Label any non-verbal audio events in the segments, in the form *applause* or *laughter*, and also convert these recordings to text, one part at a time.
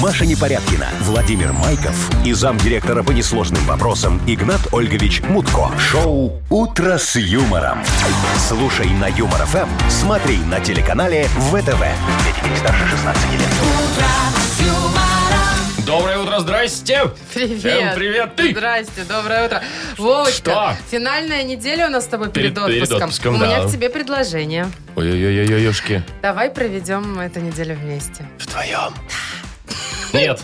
Маша Непорядкина, Владимир Майков и замдиректора по несложным вопросам Игнат Ольгович Мутко. Шоу «Утро с юмором». Слушай на Юмор ФМ, смотри на телеканале ВТВ. Для детей старше 16 лет. Доброе утро, здрасте! Привет. Всем привет! Ты! Здрасте, доброе утро. Вовочка, Что? финальная неделя у нас с тобой Перед- перед, перед отпуском. отпуском, У меня да. к тебе предложение. Ой-ой-ой, ешки. Давай проведем эту неделю вместе. Вдвоем. Нет.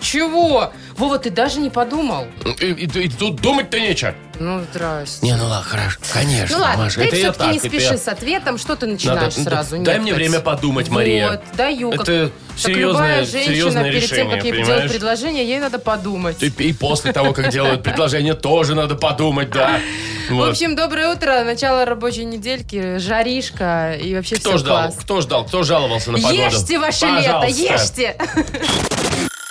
Чего? Вова, ты даже не подумал. И, и- и тут думать-то нечего. Ну, здрасте. Не, ну ладно, хорошо. Конечно, ну ладно, Маша. ты это я все-таки так, не это спеши я- с ответом. Что ты начинаешь Надо- ну, сразу? Дай нехоть? мне время подумать, Мария. Вот, даю. Как, Это как серьезное- любая женщина, серьезное перед тем, как решение, ей понимаешь? делать предложение, ей надо подумать. И, и после того, как делают предложение, тоже надо подумать, да. Вот. В общем, доброе утро, начало рабочей недельки, жаришка и вообще кто все ждал? класс. Кто ждал? Кто жаловался на погоду? Ешьте ваше лето, Пожалуйста. ешьте.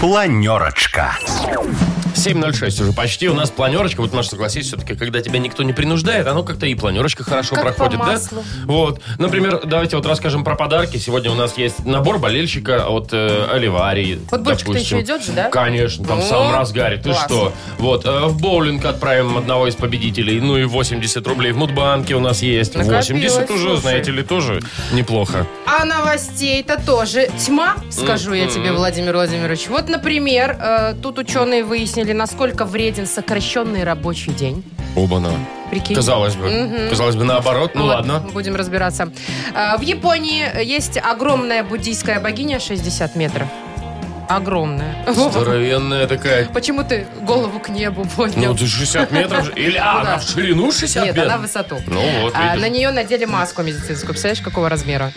Планерочка. 7.06 уже почти. У нас планерочка. Вот, Маша, согласись, все-таки, когда тебя никто не принуждает, оно как-то и планерочка хорошо Как по проходит, да? маслу. Вот. Например, давайте вот расскажем про подарки. Сегодня у нас есть набор болельщика от э, Оливарии. Футбольчик-то допустим. еще идет же, да? Конечно, там в О, самом разгаре. Ты класс. что? Вот. э, в боулинг отправим одного из победителей. Ну и 80 рублей в Мудбанке у нас есть. Накопилось, 80 уже, слушай. знаете ли, тоже неплохо. А новостей-то тоже тьма, скажу я тебе, Владимир Владимирович. Вот, например, э, тут ученые выяснили, насколько вреден сокращенный рабочий день. Оба-на. Прикинь. Казалось бы. Мгм. Казалось бы, наоборот. Ну Вот, ладно. Будем разбираться. Э, В Японии есть огромная буддийская богиня 60 метров. Огромная. Здоровенная такая Почему ты голову к небу поднял? Ну, ты 60 метров. же. Или, а, Ну да. она в ширину 60 Нет, она в метров? высоту. Ну вот, А, видишь. на нее надели маску медицинскую. Представляешь, какого размера?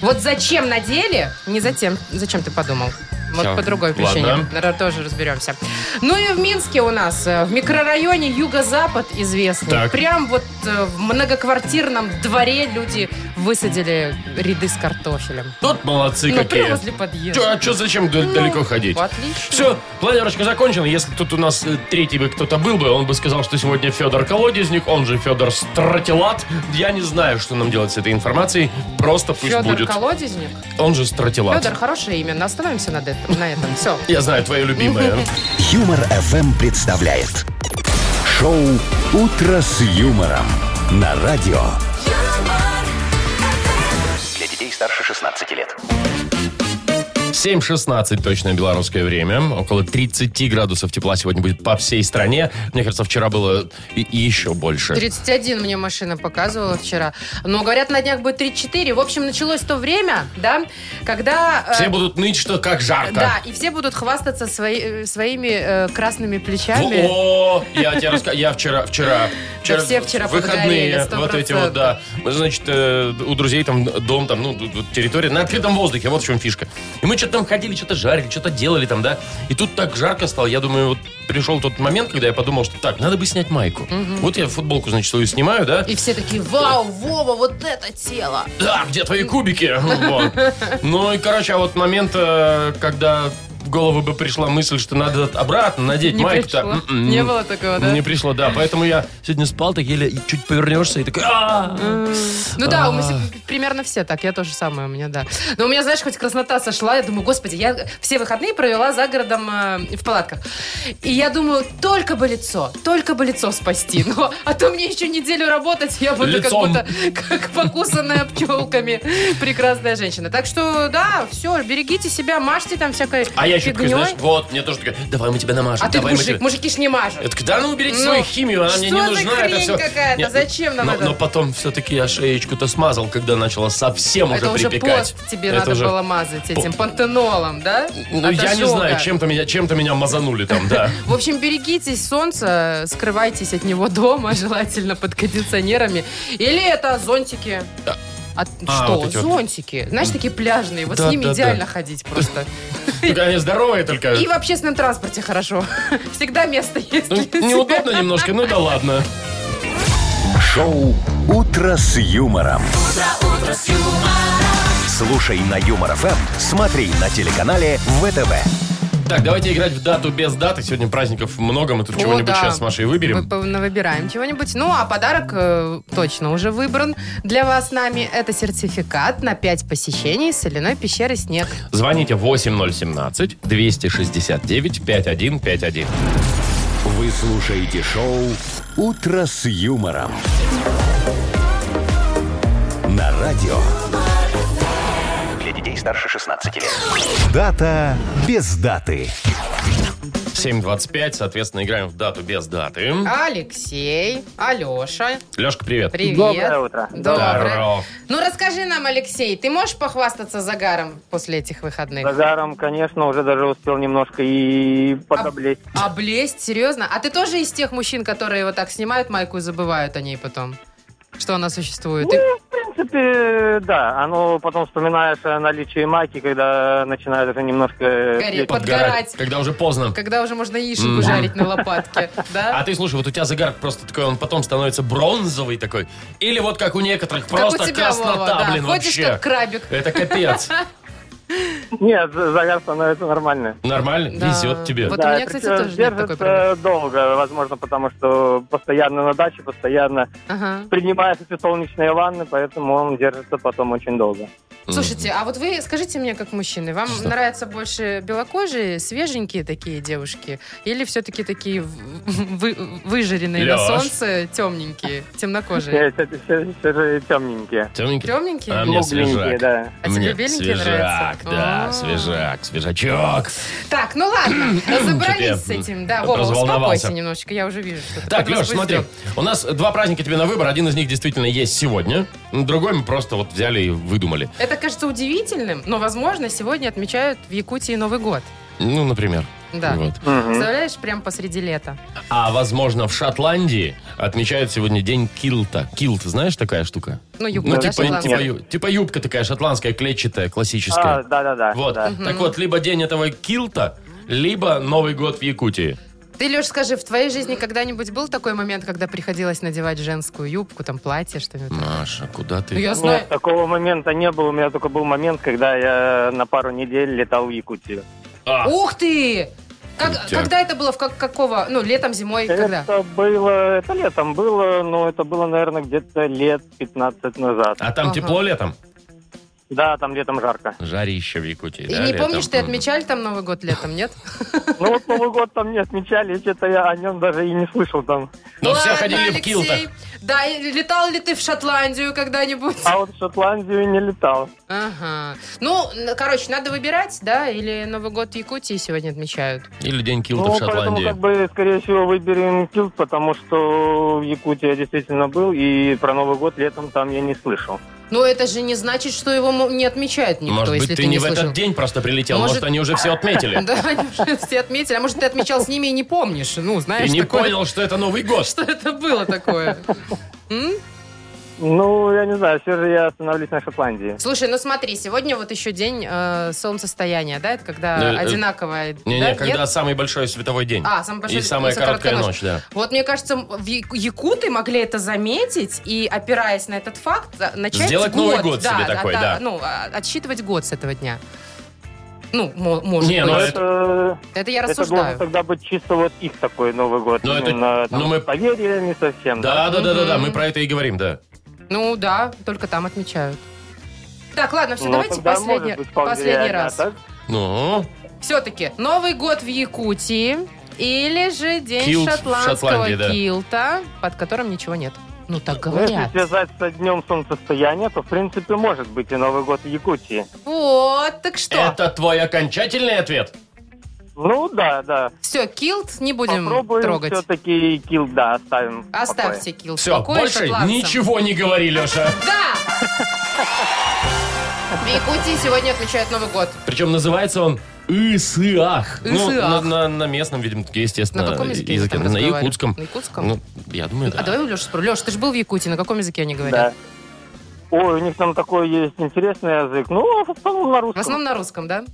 Вот зачем надели? Не затем. Зачем ты подумал? Вот Всё, по другой ладно. причине. Р- Тоже разберемся. Ну и в Минске у нас, э, в микрорайоне Юго-Запад известный. Так. Прям вот э, в многоквартирном дворе люди высадили ряды с картофелем. Тут молодцы ну, прям какие. возле подъезда. Чё, а что зачем д- Ну, далеко ходить? Отлично. Все, планерочка закончена. Если тут у нас э, третий бы кто-то был бы, он бы сказал, что сегодня Федор Колодезник, он же Федор Стратилат. Я не знаю, что нам делать с этой информацией. Просто пусть Федор будет. Колодезник. Он же Стратилат. Федор, хорошее имя. Остановимся над этим, на этом. Все. Я знаю, твое *laughs* любимое. Юмор FM представляет шоу Утро с юмором на радио. Для детей старше 16 лет. 7.16 точное белорусское время. Около 30 градусов тепла сегодня будет по всей стране. Мне кажется, вчера было и- и еще больше. 31 мне машина показывала вчера. Но говорят, на днях будет 34. В общем, началось то время, да, когда... э, Все будут ныть, что как жарко. да, и все будут хвастаться свои- э, своими э, красными плечами. О, я тебе рассказываю. Я вчера, вчера, вчера, все вчера выходные, подгорели, 100%. вот эти вот, да. Мы, Значит, э, у друзей там дом, там, ну, тут- тут территория на открытом воздухе, вот в чем фишка. И мы что-то там ходили, что-то жарили, что-то делали там, да. И тут так жарко стало, я думаю, вот пришел тот момент, когда я подумал, что так, надо бы снять майку. Вот я футболку, значит, свою снимаю, да. И все такие, вау, Вова, вот это тело. Да, где твои кубики? Вот. Ну и, короче, а вот момент, э, когда в голову бы пришла мысль, что надо обратно надеть Не майку-то. пришло. М-м. Не было такого, да? Не пришло, да. Поэтому я сегодня спал так еле, и чуть повернешься, и такой... «А!» «А-а-а». Ну да, у меня А. все- примерно все так, я тоже самое у меня, да. Но у меня, знаешь, хоть краснота сошла, я думаю, господи, я все выходные провела за городом э, в палатках. И я думаю, только бы лицо, только бы лицо спасти. *laughs* Но, а то мне еще неделю работать, я буду Лицом. как будто как покусанная пчелками прекрасная женщина. Так что, да, все, берегите себя, мажьте там всякой А я еще такой, фигнёй. знаешь, вот, мне тоже такая, давай мы тебя намажем, а ты давай мы мужик, тебя... мужики ж не мажут. Я такой, да ну уберите Ну, свою химию, она мне что не за нужна, это хрень все. какая-то? Зачем нам но, это? Но потом все-таки я шеечку-то смазал, когда начала совсем Это уже уже припекать. пост тебе Это надо уже- было мазать этим пантенолом, да? Ну, От я не ожога. знаю, чем-то меня, чем-то меня мазанули там, да. В общем, берегитесь солнца, скрывайтесь от него дома, *laughs* желательно под кондиционерами. Или это зонтики. А А, что? вот эти вот. зонтики. Знаешь, такие пляжные. Вот Да, с ними да, Э. да. идеально ходить просто. Только они здоровые только. И в общественном транспорте хорошо. *laughs* Всегда место есть. Ну, для тебя. неудобно немножко, ну да ладно. Шоу Утро с юмором. эм, Слушай на Юмор ФМ, смотри на телеканале ВТВ. Так, давайте играть в дату без даты. Сегодня праздников много, мы тут О, *laughs* чего-нибудь да. сейчас с Машей выберем. Вы- Навыбираем чего-нибудь. Ну, а подарок э, точно уже выбран для вас с нами. Это сертификат на 5 посещений соляной пещеры «Снег». Звоните 8017-269-5151. Вы слушаете шоу «Утро с юмором». На радио. Для детей старше 16 лет. Дата без даты. 7.25, соответственно, играем в дату без даты. Алексей, Алеша, Лешка, привет. привет. Доброе утро. Доброе. Здоров. Ну, расскажи нам, Алексей, ты можешь похвастаться загаром после этих выходных? Базаром, конечно, уже даже успел немножко и подоблеть. А? Облезть, серьезно? А ты тоже из тех мужчин, которые вот так снимают майку и забывают о ней потом? Что она существует? И- Ну, в принципе, да. Оно потом вспоминаешь о наличии майки, когда начинает уже немножко... Гореть. лезть. Подгорать. Когда уже поздно. Когда уже можно яичнику М. жарить на *laughs* лопатке, А да? ты слушай, вот у тебя загар просто такой, он потом становится бронзовый такой. Или вот как у некоторых, Как у А просто тебя, краснота, Вова, да, блин, ходишь вообще. как крабик. Это капец. Нет, за- загар становится нормальный. Нормально? Да. Везет тебе. Вот у меня, кстати, причем тоже нет такой держится проблемы. долго, возможно, потому что постоянно на даче, постоянно *laughs* Ага. принимаются эти солнечные ванны, поэтому он держится потом очень долго. Слушайте, а вот вы скажите мне, как мужчины, вам нравятся больше белокожие, свеженькие такие девушки, или все-таки такие в- *laughs* вы- выжаренные на Лёш. солнце, темненькие, темнокожие? Все, все- все- все же темненькие. Темненький? Темненькие? А мне Кругленькие, свежак. да. А тебе Мне беленькие свежак, нравятся? да, А. свежак, свежачок. Так, ну *clears throat* ладно, разобрались Чё-то с я, этим. м, Да, Вова, разволновался. успокойся немножечко, я уже вижу, что ты Так, под Леш, смотри, возбуждён. у нас два праздника тебе на выбор. Один из них действительно есть сегодня, другой мы просто вот взяли и выдумали. Это кажется удивительным, но, возможно, сегодня отмечают в Якутии Новый год. Ну, например. Да. Вот. Мгм. Представляешь, прям посреди лета. А, возможно, в Шотландии отмечают сегодня день килта. Килт, знаешь, такая штука? Ну, юбка, Ну, да, типа, шотландская? типа ю- типа юбка такая шотландская, клетчатая, классическая. А, да-да-да. вот. да. Так вот, либо день этого килта, либо Новый год в Якутии. Ты, Леш, скажи, в твоей жизни когда-нибудь был такой момент, когда приходилось надевать женскую юбку, там, платье, что-нибудь? Маша, куда ты? Ну, я знаю. Нет, такого момента не было. У меня только был момент, когда я на пару недель летал в Якутию. А, Ух ты! Как- Крутяк. когда это было? В как- какого? Ну, летом, зимой, когда? Это было, это летом было, но это было, наверное, где-то лет 15 назад. а там Ага. тепло летом? Да, там летом жарко. Жарище в Якутии, И да, не летом? помнишь, ты М. отмечали там Новый год летом, нет? Ну вот Новый год там не отмечали, что-то я о нем даже и не слышал там. Но все Ладно, ходили в Алексей. килтах. Да, и летал ли ты в Шотландию когда-нибудь? А вот в Шотландию не летал. Ага. Ну, н- короче, надо выбирать, да, или Новый год в Якутии сегодня отмечают. Или день килта ну, в поэтому, Шотландии. как бы, скорее всего, выберем Килт, потому что в Якутии я действительно был, и про Новый год летом там я не слышал. Но это же не значит, что его м- не отмечает никто, Может быть, если ты, ты, не, в слышал. этот день просто прилетел, может, Может- они уже *laughs* все отметили. Да, они уже все отметили. А может, ты отмечал с ними и не помнишь. Ну, Ты знаешь, не такое- понял, что это Новый год. что это было такое. М? Ну, я не знаю, все же я остановлюсь на Шотландии. Слушай, ну смотри, сегодня вот еще день э, солнцестояния, да? Это Да, когда э, одинаковое... да, Не-не, нет? когда самый большой световой день. А, самая большая- И самая самая короткая короткая ночь. ночь, да. Вот мне кажется, в Яку- якуты могли это заметить и, опираясь на этот факт, за- начать Сделать год. Новый год да, себе да, такой, да, да. Ну, а, отсчитывать год с этого дня. Ну, мо- может Не, быть. ну Но это- это... это... я Это должен рассуждаю. тогда быть чисто вот их такой Новый год. Ну, это- Именно там, ну, мы- с поверьями совсем. Да, да, да, да, да, Мгм. мы про это и говорим, да. Ну да, только там отмечают. Так, ладно, все, Ну, давайте тогда последний, может быть вполне последний реально, раз. а так? Ну, Все-таки Новый год в Якутии или же День Килт в шотландского Шотландии, да. килта, под которым ничего нет. Ну так Ну, если говорят. связать со днем солнцестояния, то, в принципе, может быть и Новый год в Якутии. Вот, так что. это твой окончательный ответ? Ну, да, да. Все, килт не будем Попробуем трогать. все-таки килл, да, оставим. в Оставьте килл. в Все, покое, больше шотландцам. ничего не говори, Леша. Да! В Якутии сегодня отмечают Новый год. Причем называется он Исыах. Ну, на, Исыах. на- на местном, видимо, естественно, На каком языке? А, языке. они там На разговаривают? якутском. На якутском? Ну, я думаю, А да. давай у Леши спрошу. Леш, ты же был в Якутии, на каком языке они покое. говорят? Ой, у них там такой есть интересный язык. Ну, в основном на В русском. основном на русском, да?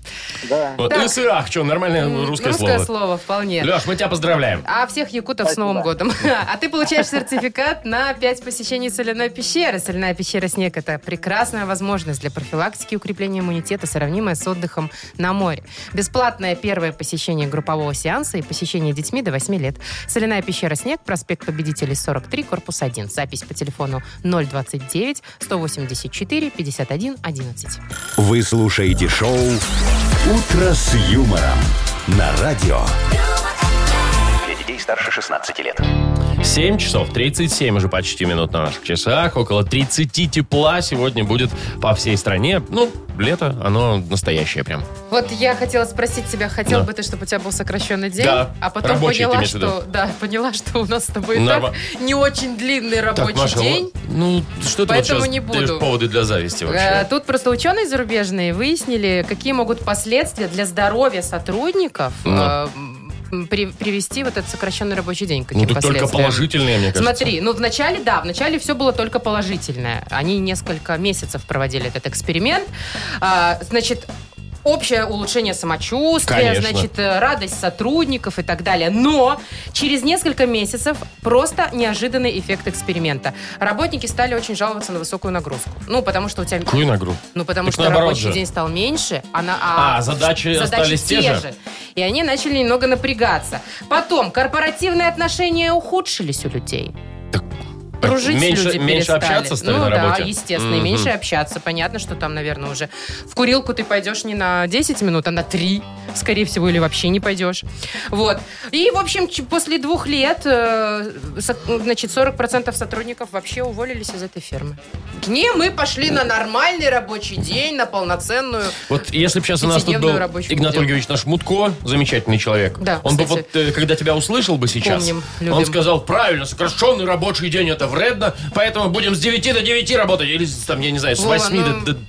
Да. Вот Ну, Так. СА, что, нормальное М, русское Русское слово. слово, вполне. Леш, мы тебя поздравляем. А всех якутов с Спасибо. Новым годом. *laughs* А ты получаешь сертификат на 5 посещений соляной пещеры. Соляная пещера «Снег» — это прекрасная возможность для профилактики и укрепления иммунитета, сравнимая с отдыхом на море. Бесплатное первое посещение группового сеанса и посещение детьми до 8 лет. Соляная пещера «Снег», проспект Победителей, 43, корпус 1. Запись по телефону 029-184-51-11. Вы слушаете шоу «Утро с юмором» на радио. Для детей старше 16 лет. 7 часов 37 уже почти минут на наших часах. Около 30 тепла сегодня будет по всей стране. Ну, лето, оно настоящее прям. Вот я хотела спросить тебя, хотел Да. бы ты, чтобы у тебя был сокращенный день, Да. а потом Рабочий, ты поняла, имеешь в виду? что да, поняла, что у нас с тобой и Норма- так не очень длинный рабочий Маша, день. вот- ну, что ты вот Поэтому сейчас не буду. даешь поводы для зависти Э, вообще? Тут просто ученые зарубежные выяснили, какие могут последствия для здоровья сотрудников Ну. э, м, при- привести вот этот сокращенный рабочий день. к Ну, Каким так только последствиям. положительные, мне кажется. Смотри, ну вначале, да, вначале все было только положительное. Они несколько месяцев проводили этот эксперимент. А, значит, общее улучшение самочувствия, Конечно. значит, э, радость сотрудников и так далее. Но через несколько месяцев просто неожиданный эффект эксперимента. Работники стали очень жаловаться на высокую нагрузку. Ну, потому что у тебя... Какую нагрузку? Ну, потому Так что наоборот рабочий же. день стал меньше, а, на- А, задачи остались те же. И они начали немного напрягаться. Потом корпоративные отношения ухудшились у людей. Дружить меньше, люди меньше перестали. общаться стали ну, на работе? да, естественно, и Мгм. меньше общаться. Понятно, что там, наверное, уже в курилку ты пойдешь не на 10 минут, а на 3, скорее всего, или вообще не пойдешь. Вот. И, в общем, ч- после двух лет, э, со- значит, 40% сотрудников вообще уволились из этой фирмы. К ней мы пошли на нормальный рабочий день, на полноценную. Вот если бы сейчас у нас тут Пятидневную был рабочую Игнат неделю. Ольгович наш Мутко, замечательный человек, Да, он бы кстати. вот, э, когда тебя услышал бы сейчас, Помним, он любим. сказал, правильно, сокращенный рабочий день это вредно, поэтому будем с 9 до 9 работать, или с, там, я не знаю, с Вова, 8 ну, до, до-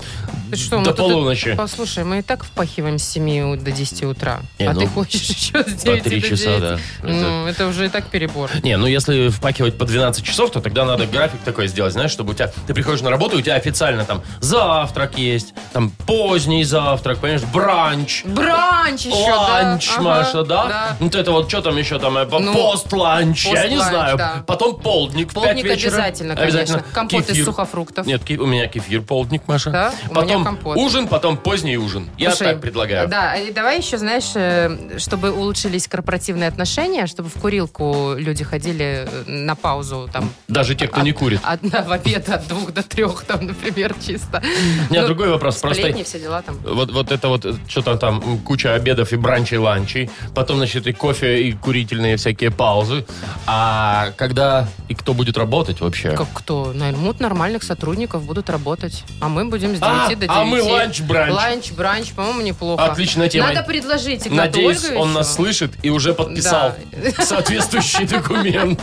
Ты что, мы до тут- полуночи. Послушай, мы и так впахиваем с 7 у- до 10 утра. Не, а ну, ты хочешь *laughs* еще с 9 три до часа, 9. да. Ну, это уже и так перебор. Не, ну если впакивать по 12 часов, то тогда надо график такой сделать, знаешь, чтобы у тебя, ты приходишь на работу, и у тебя официально там завтрак есть, там поздний завтрак, понимаешь, бранч, Бранч еще, Ланч, да. Ага, Маша, да? да. Вот это вот, что там еще там, э, по- Ну, пост-ланч, я не пост-ланч, знаю. да. Потом полдник в пять Полдник вечера. обязательно, конечно. Компот из сухофруктов. Нет, ки- у меня кефир полдник, Маша. Да, у меня потом компот. ужин, потом поздний ужин. Я Слушай, так предлагаю. Да, и давай еще, знаешь, э, чтобы улучшились корпоративные отношения, чтобы в курилку люди ходили э, на паузу, там, Даже те, А, кто не курит. одна в обед от *laughs* двух до трех, там, например, чисто. У меня другой вопрос. Просто ну, Сплетни, все дела там. вот, вот это вот, что-то там, м, куча обедов и бранчей, ланчей. Потом, значит, и кофе, и курительные всякие паузы. А когда и кто будет работать вообще? Как кто? Наймут нормальных сотрудников, будут работать. А мы будем с 9 А, до 9. а мы ланч-бранч. Ланч-бранч, по-моему, неплохо. Отличная тема. Надо предложить Игнату Надеюсь, он Ольговичу. нас слышит и уже *laughs* подписал Да. соответствующий документ.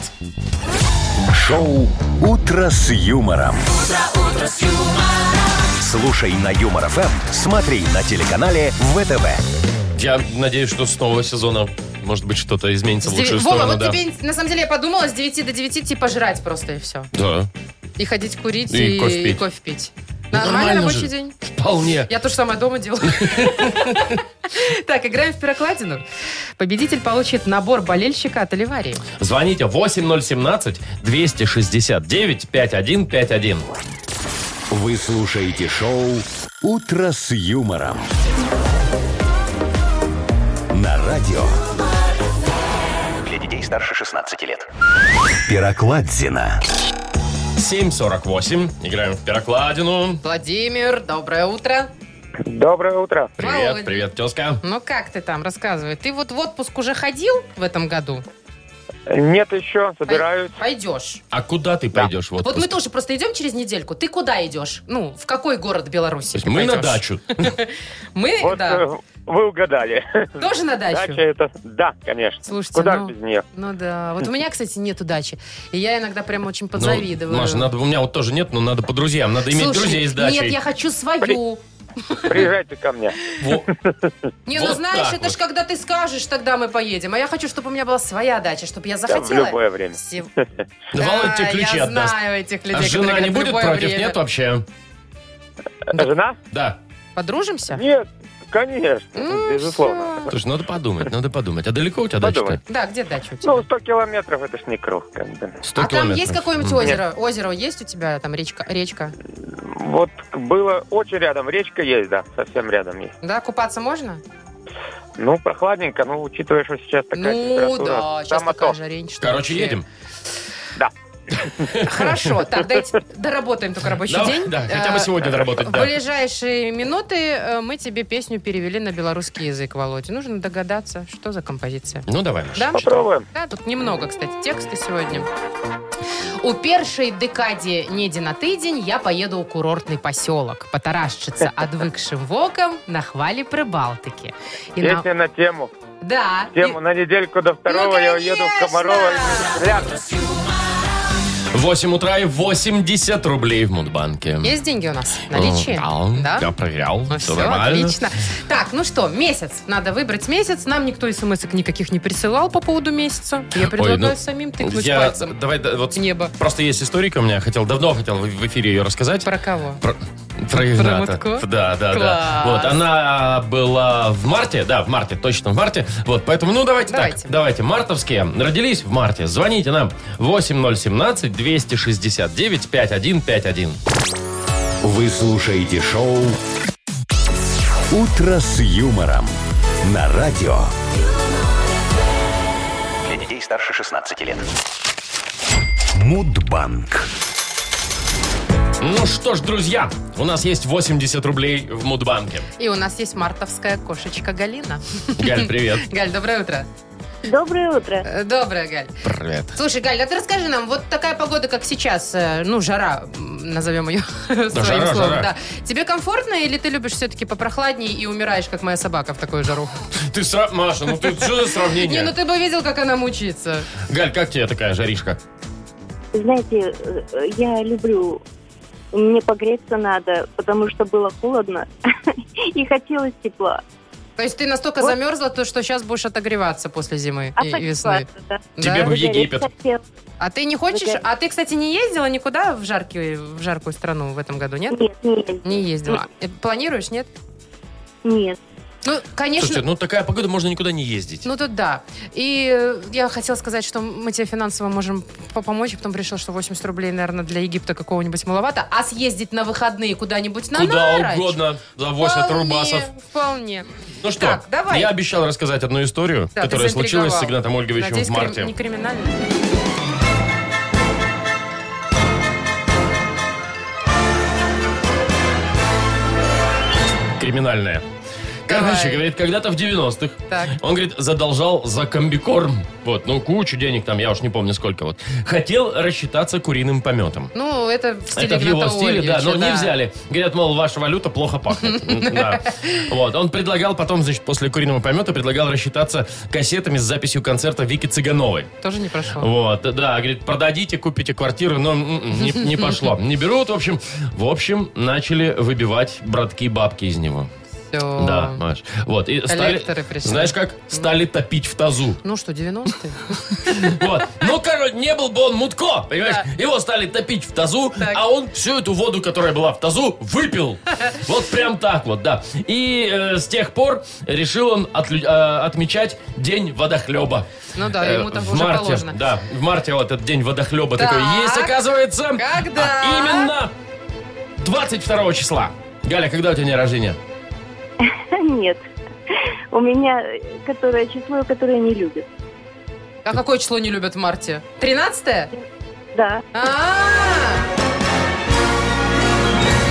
Шоу «Утро с юмором». Слушай на Юмор ФМ, смотри на телеканале ВТВ. Я надеюсь, что с нового сезона, может быть, что-то изменится С в деви- лучшую Вова, сторону. вот Да. тебе, на самом деле, я подумала, с 9 до 9 типа жрать просто и все. Да. И ходить курить, И и, кофе пить. и кофе пить. Ну, Нормальный нормально рабочий же. день. Вполне. Я то же самое дома *laughs* делаю. Так, играем в пирокладину. Победитель получит набор болельщика от Оливарии. Звоните 8017-269-5151. Вы слушаете шоу «Утро с юмором». На радио Для детей старше 16 лет. Пирокладзина. 748. Играем в Пирокладину. Владимир, доброе утро. Доброе утро. Привет, Володь. привет, тезка. Ну как ты там, рассказывай. Ты вот в отпуск уже ходил в этом году? Нет еще, собираюсь. Пойдешь. А куда ты пойдешь? в Вот отпуск? мы тоже просто идем через недельку. Ты куда идешь? Ну, в какой город То Беларуси? есть ты мы на пойдешь? дачу. Ну, Мы, Вот да. э, вы угадали. *laughs* Тоже на дачу? Дача это... Да, конечно. Слушайте, Куда ну- ж без нее? Ну да. Вот у меня, кстати, нет дачи. И я иногда прям очень Ну, подзавидываю. Маша, надо, у меня вот тоже нет, но надо по друзьям. Надо иметь Слушай, друзей с дачей. Нет, я хочу свою. Приезжайте ко мне. Во. А, Не, Вот ну знаешь, так это вот. ж когда ты скажешь, тогда мы поедем. А я хочу, чтобы у меня была своя дача, чтобы я Да, *laughs* в захотела. любое время. Сев- Да, Володя тебе Да, ключи я отдаст. знаю этих людей, А жена которые не говорят, будет «Любое против? время». Нет вообще? Жена? Да. Подружимся? Нет, конечно, Ну, безусловно. всё. Слушай, надо подумать, надо подумать. А далеко у тебя дача-то? Подумай. Да, где дача у тебя? Ну, 100 километров это ж не круг, как бы. 100 а там километров. есть какое-нибудь М. озеро? Озеро есть у тебя, там речка? речка? Вот было очень рядом, речка есть, да, совсем рядом есть. Да, купаться можно? Ну, прохладненько, но учитывая, что сейчас такая ну температура, да, сейчас там а такая ото. же рень, что Короче, вообще. едем. *laughs* Хорошо, так, дайте доработаем только рабочий Давай, день. Да, хотя бы Э, сегодня доработать, В да. ближайшие минуты э, мы тебе песню перевели на белорусский язык, Володя. Нужно догадаться, что за композиция. Ну, давай, Маша. Да? Попробуем. Да, тут немного, кстати, текста сегодня. У першей декаде недзе на тыдзень я поеду ў курортны пасёлак *laughs* патарашчыцца адвыкшым вокам на хвале прыбалтыкі. І на- Песня на тему. Да. і- Тему на недельку до второго я уеду в Комарова. конечно! Рядом. 8 утра и 80 рублей в Мудбанке. Есть деньги у нас? Наличие? М, Э, Да, я проверял. Ну все, все, нормально. отлично. Так, ну что, месяц. Надо выбрать месяц. Нам никто смс никаких не присылал по поводу месяца. Я предлагаю ну, самим тыкнуть Я- пальцем давай, да, вот в небо. просто есть историка у меня, хотел, давно хотел в- в эфире ее рассказать. Про кого? Про, про Игната. Мутко? Да, да, да. Класс. Вот, она была в марте, да, в марте, точно в марте. Вот, поэтому, ну, давайте, Давайте. так. Давайте, мартовские. Родились в марте. Звоните нам 8017-269-5151. Вы слушаете шоу «Утро с юмором» на радио. Для детей старше 16 лет. Мудбанк. Ну что ж, друзья, у нас есть 80 рублей в Мудбанке. И у нас есть мартовская кошечка Галина. Галь, привет. *laughs* Галь, доброе утро. Доброе утро. Э, Доброе, Галь. Привет. Слушай, Галь, а ты расскажи нам, вот такая погода, как сейчас, э, ну, жара, м, назовем ее *laughs* своим жара, словом. жара. Да. Тебе комфортно или ты любишь все-таки попрохладнее и умираешь, как моя собака, в такую жару? Ты сра... Маша, ну ты что за *laughs* Не, ну сравнение? ты бы видел, как она мучается. Галь, как тебе такая жаришка? Знаете, э, я люблю... Мне погреться надо, потому что было холодно *laughs* и хотелось тепла. То есть ты настолько Вот. замерзла, то, что сейчас будешь отогреваться после зимы и, и Опять весны. классно, А да. Да? Тебе бы- В Египет. Хотел. А ты не хочешь? Выгорать. А ты, кстати, не ездила никуда в, жаркие, в жаркую страну в этом году, нет? Нет, нет, Не ездила. Э, Планируешь, нет? нет. *laughs* Ну, конечно. Слушайте, ну такая погода, можно никуда не ездить. Ну тут да. И э, я хотела сказать, что мы тебе финансово можем по- помочь, и потом решил, что 80 рублей, наверное, для Египта какого-нибудь маловато. А съездить на выходные куда-нибудь на Куда Нарочь? угодно за 80 Вполне, рубасов. Вполне. Ну что, Так, давай. я обещал рассказать одну историю, Да, ты которая случилась с заинтриговал. Игнатом Ольговичем Надеюсь, в крим- марте. не криминально. Криминальная. Короче, Давай. говорит, когда-то в 90-х Так. он, говорит, задолжал за комбикорм. Вот, ну, кучу денег там, я уж не помню сколько. Вот. Хотел рассчитаться куриным пометом. Ну, это в стиле Это в его Игната стиле, да, но Ольговича, не взяли. Говорят, мол, ваша валюта плохо *laughs* пахнет. Да. Вот, он предлагал потом, значит, после куриного помета, предлагал рассчитаться кассетами с записью концерта Вики Цыгановой. Тоже не прошло. Вот, да, говорит, продадите, купите квартиру, но м-м, не, не пошло. Не берут, в общем. В общем, начали выбивать братки-бабки из него. Все. Да, Маш. Вот, и стали, Коллекторы пришли. знаешь как, стали топить в тазу. Ну что, 90-е? Вот. Ну, короче, не был бы он мутко, понимаешь? Его стали топить в тазу, Так. а он всю эту воду, которая была в тазу, *laughs* выпил. Вот прям так вот, да. И э, с тех пор решил он отлю- э, отмечать День водохлеба. Ну да, ему там в уже марте, положено. Да, в марте вот этот День водохлеба Так. такой есть, оказывается. Когда? А именно 22 числа. Галя, когда у тебя день рождения? Нет. У меня э, которое число, которое не любит. *laughs* А какое число не любят в марте? 13-е? Да. А!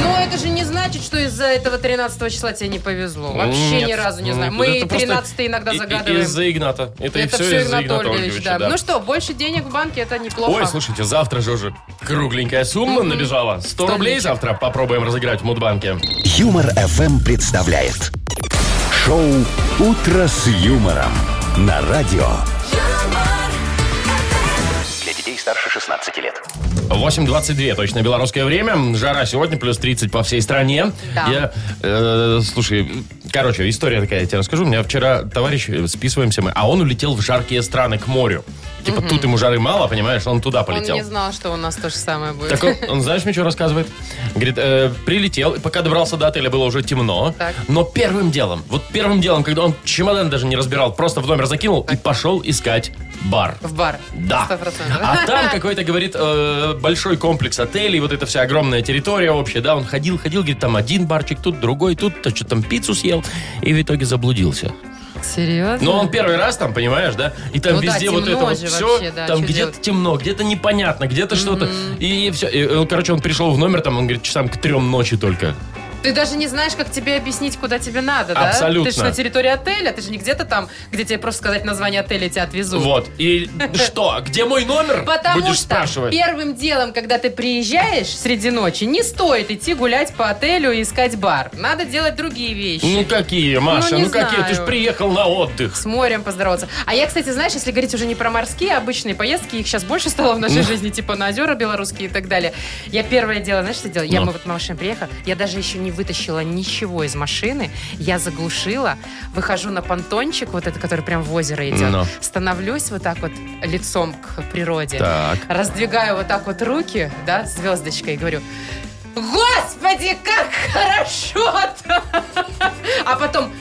Ну, это же не значит, что из-за этого 13 числа тебе не повезло. Вообще Ну, Нет. ни разу не знаю. Нет, Мы это просто 13 иногда и- и- загадываем. Из-за Игната. Это, и Это все, все из-за Игнат Игната Ольгович, Ольговича, да. да. Ну что, больше денег в банке это неплохо. Ой, слушайте, завтра же уже кругленькая сумма набежала. 100, рублей личек. завтра попробуем разыграть в Мудбанке. Юмор FM представляет шоу Утро с юмором на радио. Для детей старше 16 лет. 8.22, точно белорусское время. Жара сегодня, плюс 30 по всей стране. Да. Я, э, слушай, короче, история такая, я тебе расскажу. У меня вчера товарищ, э, списываемся мы, а он улетел в жаркие страны к морю. Типа тут ему жары мало, понимаешь, он туда полетел. Он не знал, что у нас то же самое будет. Так он, он, знаешь, мне что рассказывает? Говорит, э, прилетел, и пока добрался до отеля, было уже темно. Так. Но первым делом, вот первым делом, когда он чемодан даже не разбирал, просто в номер закинул и пошел искать бар. В бар. Да. 100%. А там какой-то, говорит, э, большой комплекс отелей, вот эта вся огромная территория общая, да, он ходил, ходил, говорит, там один барчик, тут другой, тут, то что там пиццу съел, и в итоге заблудился. Серьезно? Но он первый раз там, понимаешь, да? И там Ну да, везде вот это темно вот же все, вообще, да, там чё где-то делать? темно, где-то непонятно, где-то что-то. И все. И, э, короче, он пришел в номер, там, он говорит, часам к трем ночи только. Ты даже не знаешь, как тебе объяснить, куда тебе надо, да? Абсолютно. Ты же на территории отеля, ты же не где-то там, где тебе просто сказать название отеля, и тебя отвезут. Вот. *laughs* И что, где мой номер? Ну. Потому Будешь что спрашивать. первым делом, когда ты приезжаешь среди ночи, не стоит идти гулять по отелю и искать бар. Надо делать другие вещи. Ну какие, Маша, Ну, ну, не какие? знаю. Ты же приехал на отдых. С морем поздороваться. А я, кстати, знаешь, если говорить уже не про морские, а обычные поездки, их сейчас больше стало в Ну. нашей жизни, типа на озера белорусские и так далее. Я первое дело, знаешь, что делала? Я, Ну. мы вот на машине приехала, я даже еще не вытащила ничего из машины, я заглушила, выхожу на понтончик, вот этот, который прям в озеро идет, Ну. становлюсь вот так вот лицом к природе, Так. раздвигаю вот так вот руки, да, звездочкой, и говорю, Господи, как хорошо-то! А потом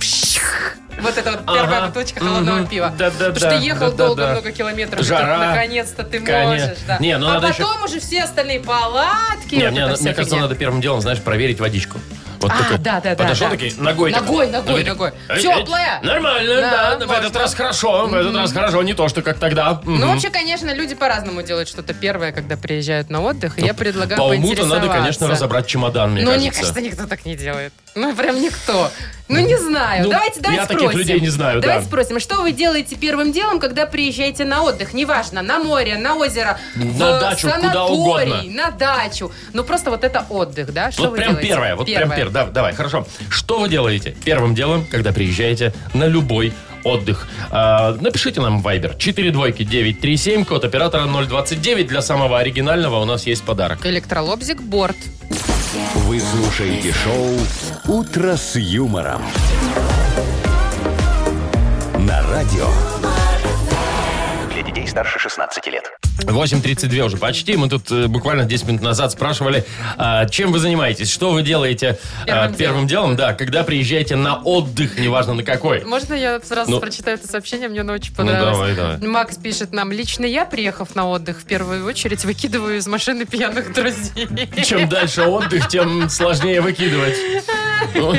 пших, вот это вот первая Ага, бутылочка холодного мгм, пива. да-да-да, Потому что ты ехал да-да-да. долго, много километров. и Жара, тут Наконец-то ты конечно. можешь. да. Не, ну а надо еще- потом уже все остальные палатки. Не, вот мне, эта мне вся кажется, фигня. надо первым делом, знаешь, проверить водичку. Вот А, такой да, да, да, Подошел да. такой, ногой. такой. Ногой, ногой, Ногой ногой. Эй, Теплая. эй, Э, Нормально, да. Да, В этот можно. раз хорошо, в этот раз хорошо. Не то, что как тогда. Ну, Мгм. вообще, конечно, люди по-разному делают что-то первое, когда приезжают на отдых. И я предлагаю По уму-то надо, конечно, поинтересоваться. разобрать чемодан, мне ну, кажется. мне кажется, никто так не делает. Ну, прям никто. Ну, не знаю. Ну, давайте, давайте я таких спросим. людей не знаю, да. Давайте спросим, что вы делаете первым делом, когда приезжаете на отдых? Неважно, на море, на озеро, На в дачу, куда санаторий, угодно. на дачу. Ну, просто вот это отдых, да? Что вот вы прям делаете? первое, вот прям первое. Да, давай, хорошо. Что вы делаете первым делом, когда приезжаете на любой отдых? А, напишите нам в Viber 42937, код оператора 029. Для самого оригинального у нас есть подарок. Электролобзик борт. Вы слушаете шоу «Утро с юмором». На радио Для детей старше 16 лет. 8.32 уже почти. Мы тут э, буквально 10 минут назад спрашивали, а, чем вы занимаетесь, что вы делаете а, Первым делом. первым делом, да, когда приезжаете на отдых, неважно на какой. Можно я сразу Ну. прочитаю это сообщение? Мне оно очень Ну, понравилось. давай, давай. Макс пишет нам, лично я, приехав на отдых, в первую очередь выкидываю из машины пьяных друзей. Чем дальше отдых, тем сложнее выкидывать. Ну,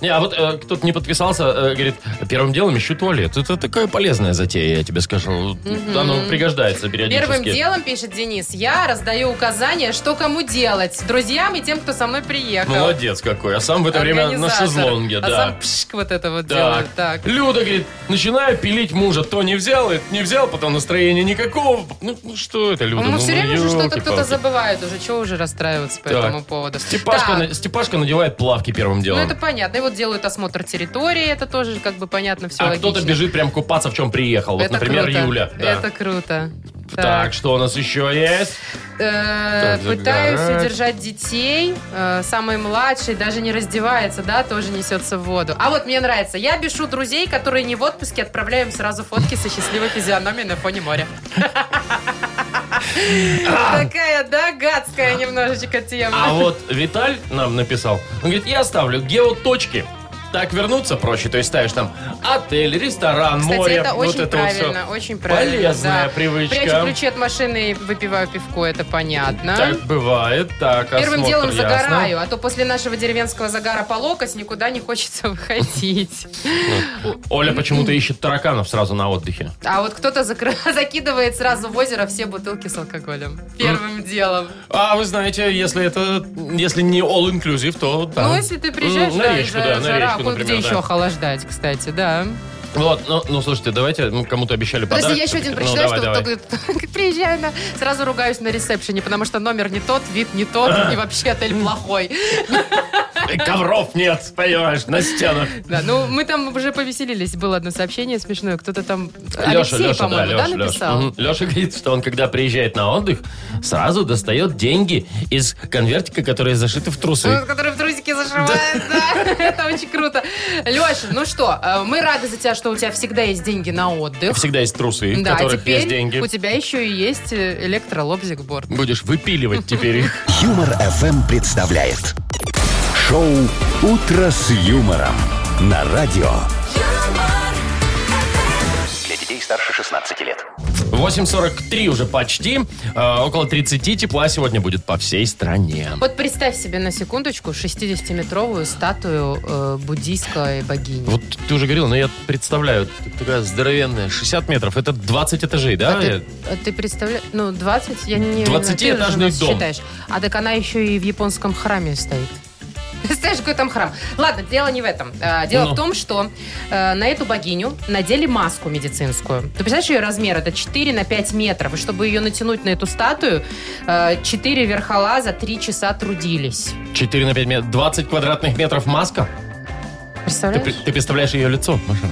Не, а вот э, кто-то не подписался, э, говорит, первым делом ищу туалет. Это такая полезная затея, я тебе скажу. Оно пригождается периодически. Первым делом, пишет Денис, я раздаю указания, что кому делать. Друзьям и тем, кто со мной приехал. Молодец какой. А сам в это время на Организатор. шезлонге, А да. сам пшик вот это вот Так. делает. Так. Люда говорит, начинаю пилить мужа. То не взял, это не взял, потом настроения никакого. Ну, ну что это, Люда? Ну, мы ну, все время уже что-то ёлки-палки. кто-то забывает уже. Чего уже расстраиваться по Так. этому поводу? Степашка, Так. на- Степашка надевает плавки первым Ну, делом. это понятно. И вот делают осмотр территории, это тоже как бы понятно, все а логично. кто-то бежит прям купаться, в чем приехал. Это вот, например, круто. Юля. Да. Это круто. Так. что у нас еще есть? Э, Так, пытаюсь загорать. удержать детей. Э, самый младший даже не раздевается, да, тоже несется в воду. А вот мне нравится. Я бешу друзей, которые не в отпуске, отправляю им сразу фотки со счастливой физиономией на *laughs* фоне моря. Такая, да, гадская немножечко *laughs* А тема. вот Виталь нам написал. Он говорит, я ставлю геоточки. Так вернуться проще. То есть ставишь там отель, ресторан, Кстати, море. это вот очень это вот всё. правильно, очень правильно. Полезная да. привычка. Прячу ключи от машины и выпиваю пивко, это понятно. Так бывает. Так, Первым осмотр, делом ясно. загораю, а то после нашего деревенского загара по локоть никуда не хочется выходить. Оля *clears throat* почему-то ищет тараканов сразу на отдыхе. А вот кто-то закры- *laughs* закидывает сразу в озеро все бутылки с алкоголем. Первым делом. А вы знаете, если это, если не all inclusive, то да. Ну, если ты А. приезжаешь, М, на да, речку, жара- да, на жара, речку, куда- например, где да. еще охлаждать, кстати, да. Вот, ну, ну, слушайте, давайте, ну, кому-то обещали Подожди, подарок. я еще один Ну, прочитаю, давай, что давай. кто-то говорит, приезжаю, на... *laughs* сразу ругаюсь на ресепшене, потому что номер не тот, вид не тот, и вообще отель плохой. Ковров нет, понимаешь, на *laughs* стенах. Да, ну мы там уже повеселились. Было одно сообщение смешное. Кто-то там... Леша, Алексей, Леша, да, по-моему, да, Леша, написал? Леша. говорит, что он, когда приезжает на отдых, сразу достает деньги из конвертика, которые зашиты в Ну, трусы. Который в трусики зашивает, да. *laughs* Это очень круто. Леша, ну что, э, мы рады за тебя, что у тебя всегда есть деньги на отдых. Всегда есть трусы, в Да, а которых есть теперь деньги. у тебя еще и есть э, электролобзик борт. Будешь выпиливать теперь их. Юмор FM представляет шоу Утро с юмором на радио. Для детей старше 16 лет. 8.43 уже почти. Э, около 30 тепла сегодня будет по всей стране. Вот представь себе на секундочку 60-метровую статую э, буддийской богини. Вот ты уже говорил, но я представляю, ты такая здоровенная, 60 метров, это 20 этажей, да? А ты, а ты представляешь, ну, 20, я 20-этажный не... знаю, ты же у нас дом. Считаешь. А так она еще и в японском храме стоит. *laughs* Представляешь, какой там храм. Ладно, дело не в этом. А, Дело Ну. в том, что э, на эту богиню надели маску медицинскую. Ты представляешь, ее размер это 4 на 5 метров. И чтобы ее натянуть на эту статую, э, 4 верхола за 3 часа трудились. 4 на 5 метров, 20 квадратных метров маска? Ты, Представляешь? при- ты представляешь ее лицо, Маша?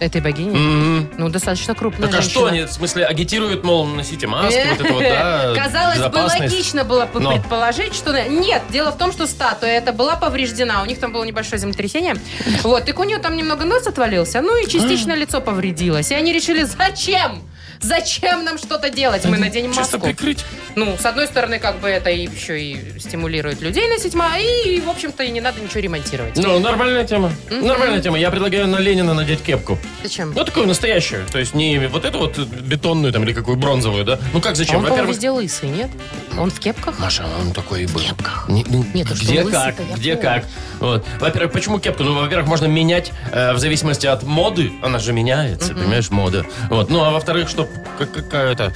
Этой богини? Мгм. Ну, достаточно крупная Так а что женщина. они, в смысле, агитируют, мол, носите маски, вот это вот, да, *laughs* Казалось бы, безопасность? логично было бы Но. предположить, что... на- Нет, дело в том, что статуя эта была повреждена. У них там было небольшое землетрясение. Вот, так у нее там немного нос отвалился, ну и частично А. лицо повредилось. И они решили, зачем? Зачем нам что-то делать? Мы наденем Чисто маску. прикрыть. Ну, с одной стороны, как бы это и еще и стимулирует людей носить ма, и, в общем-то, и не надо ничего ремонтировать. Ну, нормальная тема. Нормальная тема. Я предлагаю на Ленина надеть кепку. Зачем? А Ну, такую настоящую. То есть не вот эту вот бетонную там или какую бронзовую, да? Ну, как А зачем? он, по-моему, Во-первых, везде лысый, нет? Он в кепках? Маша, а он такой и был. ну, Нет, а что, где лысый-то, как, я где помню. как. Вот. Во-первых, почему кепку? Ну, во-первых, можно менять э, в зависимости от моды. Она же меняется, понимаешь, мода. Вот. Ну, а во-вторых, что какая-то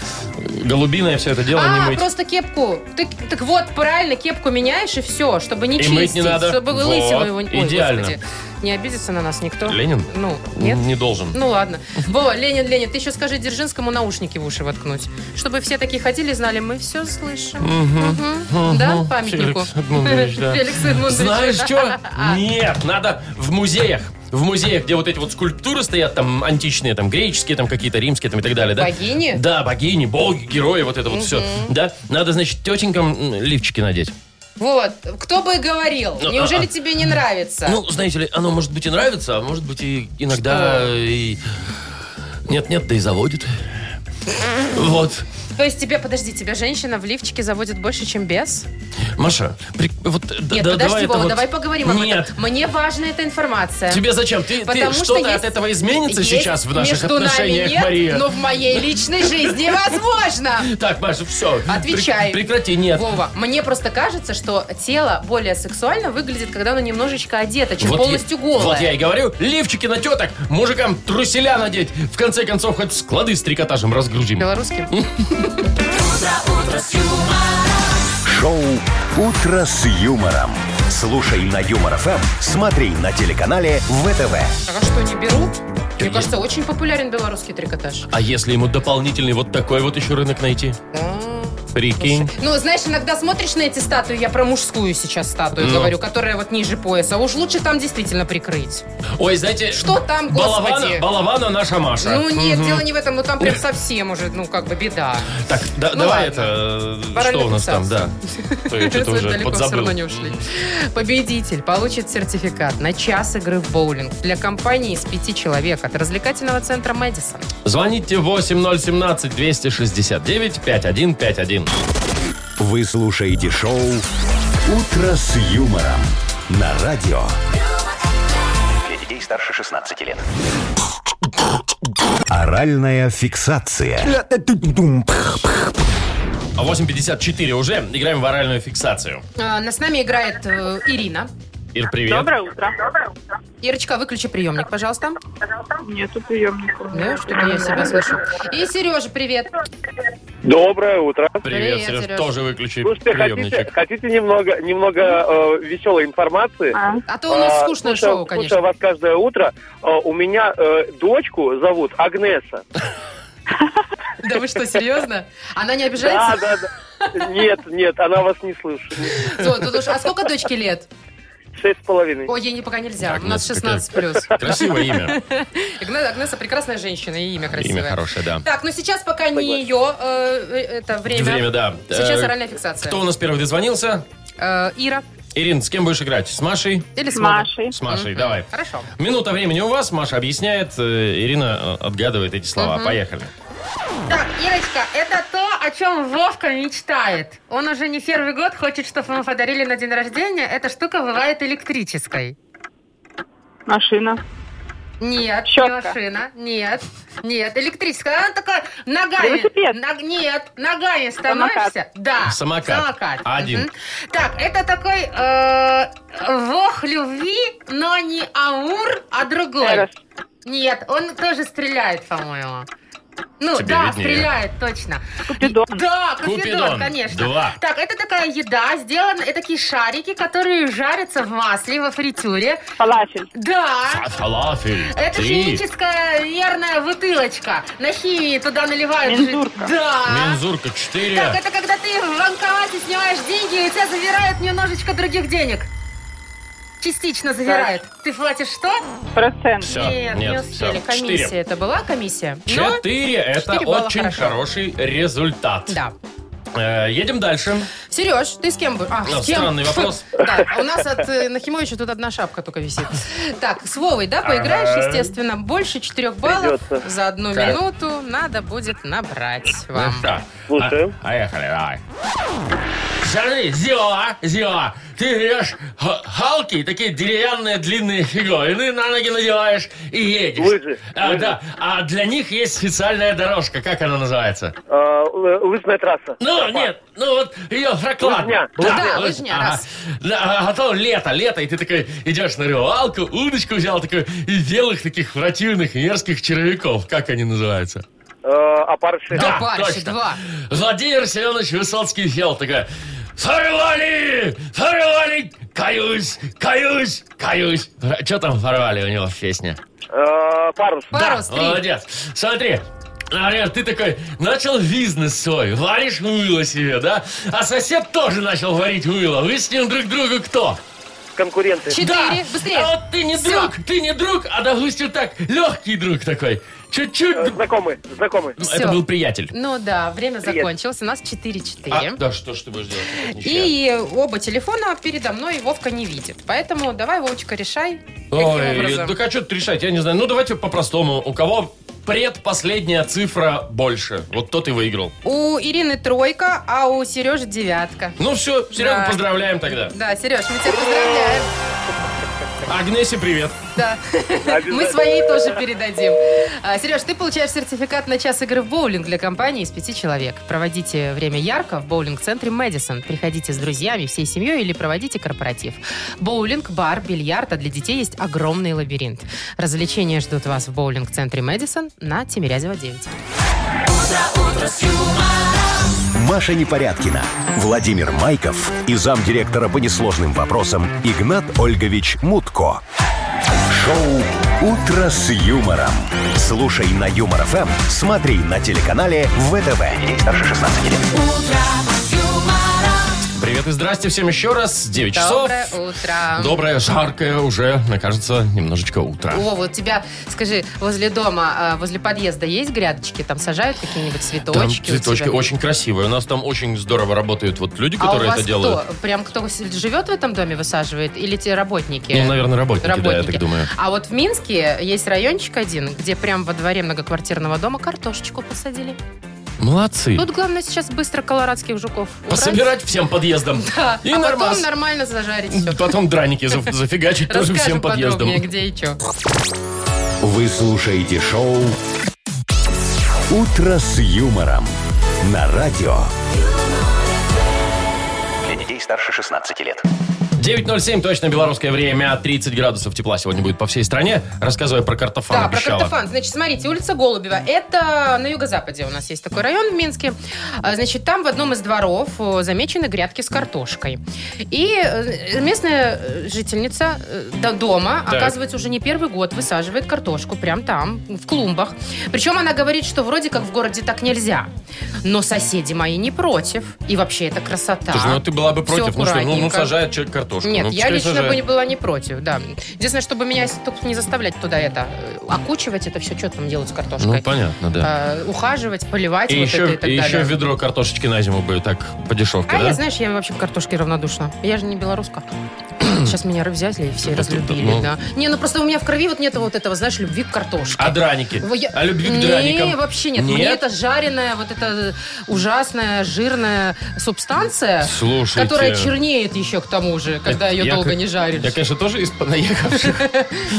голубиная все это дело не А, мыть. просто кепку. Ты, так вот, правильно, кепку меняешь и все, чтобы не И чистить. мыть не надо. Чтобы Вот, лысину его... Ой, идеально. господи, не обидится на нас никто. Ленин? Ну, нет. Не должен. Ну ладно. Во, Ленин, Ленин, ты еще скажи Дзержинскому наушники в уши воткнуть. Чтобы все такие ходили, знали, мы все слышим. Мгм. Да, Мгм. памятнику. Феликс Эдмундович, да. Феликс Эдмундович. Знаешь *laughs* что? Нет, надо в музеях. В музеях, где вот эти вот скульптуры стоят, там античные, там греческие, там какие-то римские, там и так далее, да? Богини? Да, богини, боги, герои, вот это вот все. Да, надо, значит, тетенькам м, лифчики надеть. Вот, кто бы говорил, Ну, неужели а-а. тебе не нравится? Ну, знаете ли, оно может быть и нравится, а может быть и иногда Что? и... Нет-нет, да и заводит. Вот. То есть тебе, подожди, тебя женщина в лифчике заводит больше, чем без? Маша, при- вот... да- Нет, да- подожди, это Вова, вот- давай поговорим об Нет. этом. Мне важна эта информация. Тебе зачем? Ты, ты- Потому что что-то от есть- этого изменится Есть сейчас в наших между отношениях, нами нет, Мария? Ну, но в моей личной жизни возможно. Так, Маша, все. Отвечай. прекрати, нет. Вова, мне просто кажется, что тело более сексуально выглядит, когда оно немножечко одето, чем Вот полностью я- голое. Вот я и говорю, лифчики на теток, мужикам труселя надеть. В конце концов, хоть склады с трикотажем разгрузим. Белорусским. Шоу Утро с юмором. Слушай на Юмор ФМ, смотри на телеканале ВТВ. А что, не беру? Мне кажется, очень популярен белорусский трикотаж. А если ему дополнительный вот такой вот еще рынок найти? Прикинь. Ну, знаешь, иногда смотришь на эти статуи, я про мужскую сейчас статую Ну. говорю, которая вот ниже пояса. Уж лучше там действительно прикрыть. Ой, знаете... Что там, Балавана, господи? балавана наша Маша. Ну нет, дело не в этом, но там прям совсем уже, ну, как бы беда. Так, да- Ну давай ладно. это... э, Пора Что у нас там, да? *laughs* То я что-то уже далеко все подзабыл. равно не ушли. Победитель получит сертификат на час игры в боулинг для компании из пяти человек от развлекательного центра «Мэдисон». Звоните 8017-269-5151. Вы слушаете шоу Утро с юмором на радио. Для детей старше 16 лет. Оральная фиксация. А 8.54 уже. Играем в оральную фиксацию. А, на- С нами играет э, Ирина. Ир, привет. Доброе утро. Ирочка, выключи приемник, пожалуйста. Нету приемника. Да, что-то Ну, я себя слышу. И Сережа, привет. Доброе утро. Привет, Привет, Сереж. Сереж. Тоже выключи Слушайте, хотите, приемничек. хотите немного, немного э, веселой информации? А, А то у нас А, скучное шоу, слушаю- Слушаю конечно. вас каждое утро. А, У меня э, дочку зовут Агнеса. Да вы что, серьезно? Она не Да, обижается? да, да. Нет, нет, она вас не слышит. Зо, тут уж- А сколько дочке лет? Шесть с половиной. Ой, ей не пока нельзя. Так, У нас нет, 16 плюс. Красивое имя. Агне- Агнеса прекрасная женщина, и имя *laughs* красивое. Имя хорошее, да. Так, ну но сейчас пока не ее э, это время. Время, да. Сейчас Э, оральная фиксация. Кто у нас первый дозвонился? Э, Ира Ирин, с кем будешь играть? С Машей? или с С Мадой? Машей. С Машей, давай. Хорошо. Минута времени у вас. Маша объясняет, э, Ирина э, отгадывает эти слова. Поехали. Так, Ирочка, это то, о чем Вовка мечтает. Он уже не первый год хочет, чтобы ему подарили на день рождения. Эта штука бывает электрической. Машина. Нет, не Щетка. машина. Нет, нет, электрическая. Она такая ногами. Велосипед. Ног- нет, ногами становишься. Да. Самокат. Один. Мгм. Так, это такой э, вох любви, но не Амур, а другой. Эрос. Нет, он тоже стреляет, по-моему. Ну, Тебе да, виднее. стреляет, точно. Купидон. Да, Купидон, купидон, конечно. два. Так, это такая еда, сделана, это такие шарики, которые жарятся в масле, во фритюре. Фалафель. Да. А, Фалафель. Это Три. химическая верная бутылочка. На химии туда наливают. Мензурка. жи- А? Да. Мензурка Так, четыре. это когда ты в банкомате снимаешь деньги, и у тебя забирают немножечко других денег. Частично забирают. Ты платишь что? Процент. Все, Нет, не нет, все. успели. Комиссия. Четыре. Это была комиссия? Ну, Четыре – это четыре балла очень хорошо. хороший результат. да. Э, едем дальше. Сереж, ты с кем будешь? А, Ну, с кем? странный вопрос. *laughs* Да, у нас от э, Нахимовича тут одна шапка только висит. Так, с Вовой, да, поиграешь, Ага. естественно. Больше четырех баллов Придется. за одну Так. минуту надо будет набрать вам. Ну что, Слушаю. а- поехали, давай. Скажи, Зила, Зила, а? ты берешь х- халки, такие деревянные длинные фиговины на ноги надеваешь и едешь. Лыжи, А, лыжи. да, а для них есть специальная дорожка, как она называется? А, лы- Лыжная трасса. Ну, нет, ну вот ее прокладка. лыжня. Лыжня, Да, лыж- лыжня, ага. раз. Да, а, а то лето, лето, и ты такой идешь на рыбалку, удочку взял такой и белых таких противных мерзких червяков, как они называются? А, опарыши. Да, Товарищи, точно. два. Владимир Семенович Высоцкий сел такая. Форвали! Форвали! Каюсь! Каюсь! Каюсь! Что там форвали у него в песне? А, парус. Парус, да, три. молодец. Смотри, Например, ты такой начал бизнес свой, варишь мыло себе, да? А сосед тоже начал варить мыло. Вы с ним друг другу кто? Конкуренты. Четыре, Да. быстрее. А вот ты не Всё. друг, ты не друг, а допустим так, легкий друг такой. Чуть-чуть. Э, Знакомые, знакомые. Ну, всё. Это был приятель. Ну да, время Привет. закончилось. У нас А, 4-4. да что ж ты будешь делать? Это ничья. И оба телефона передо мной Вовка не видит. Поэтому давай, Вовочка, решай. каким Ой, образом. так а что тут решать? Я не знаю. Ну, давайте по-простому. У кого предпоследняя цифра больше? Вот тот и выиграл. У Ирины тройка, а у Сережи девятка. Ну все, Серега, Да. поздравляем тогда. Да, Сереж, мы тебя поздравляем. Агнесе, привет. Да. Мы свои тоже передадим. Сереж, ты получаешь сертификат на час игры в боулинг для компании из пяти человек. Проводите время ярко в боулинг-центре Мэдисон. Приходите с друзьями, всей семьей или проводите корпоратив. Боулинг, бар, бильярд, а для детей есть огромный лабиринт. Развлечения ждут вас в боулинг-центре Мэдисон на Тимирязева 9. Маша Непорядкина, Владимир Майков и замдиректора по несложным вопросам Игнат Ольгович Мутко. Шоу «Утро с юмором». Слушай на Юмор ФМ, смотри на телеканале ВТВ. Ей старше 16 лет. Привет и здрасте всем еще раз. 9 часов. Доброе утро. Доброе, жаркое уже, мне кажется, немножечко утро. О, вот у тебя, скажи, возле дома, а, возле подъезда есть грядочки? Там сажают какие-нибудь Там цветочки? у цветочки тебя? очень красивые. У нас там очень здорово работают вот люди, А у которые вас это делают. кто? Прям кто с- живет в этом доме, высаживает? Или те работники? Ну, наверное, работники, да, я Работники. так думаю. А вот в Минске есть райончик один, где прям во дворе многоквартирного дома картошечку посадили. Молодцы. Тут главное сейчас быстро колорадских жуков убрать. Пособирать всем подъездом. *laughs* Да, И а нормас. потом нормально зажарить все. Потом драники за- зафигачить тоже всем Расскажем подъездом. подробнее, где и что. Вы слушаете шоу «Утро с юмором» на радио. Для детей старше 16 лет. 9.07, точно белорусское время, 30 градусов тепла сегодня будет по всей стране. Рассказывая про картофан, Да, про обещала. картофан. Значит, смотрите, улица Голубева. Это на юго-западе у нас есть такой район в Минске. А, Значит, там в одном из дворов э, замечены грядки с картошкой. И э, местная э, жительница э, до дома, Так. оказывается, уже не первый год высаживает картошку прям там, в клумбах. Причем она говорит, что вроде как в городе так нельзя. Но соседи мои не против. И вообще это красота. Слушай, ну ты была бы Всё против, ну что, ну, ну аккуратненько. сажает человек картошку. Нет, Ну, я пускай лично бы сажает. не была не против, да. Единственное, чтобы меня тут не заставлять туда это, э, окучивать это все, что там делать с Ну, картошкой. понятно, да. Э, ухаживать, поливать И вот это еще, и так и еще далее. ведро картошечки на зиму бы так по дешевке, А да? я, знаешь, я вообще к картошке равнодушна. Я же *clears throat* не белоруска. Сейчас меня взяли и все Ну, разлюбили, ну. да. Не, ну просто у меня в крови вот нет вот этого, знаешь, любви к картошке. А драники? Во- я- А любви к Не, драникам? вообще нет. Нет? Мне это жареная, вот эта э, ужасная, жирная субстанция, Слушайте. которая чернеет еще к тому же, когда ее Я, долго к- не жаришь. Я, конечно, тоже из понаехавших. Но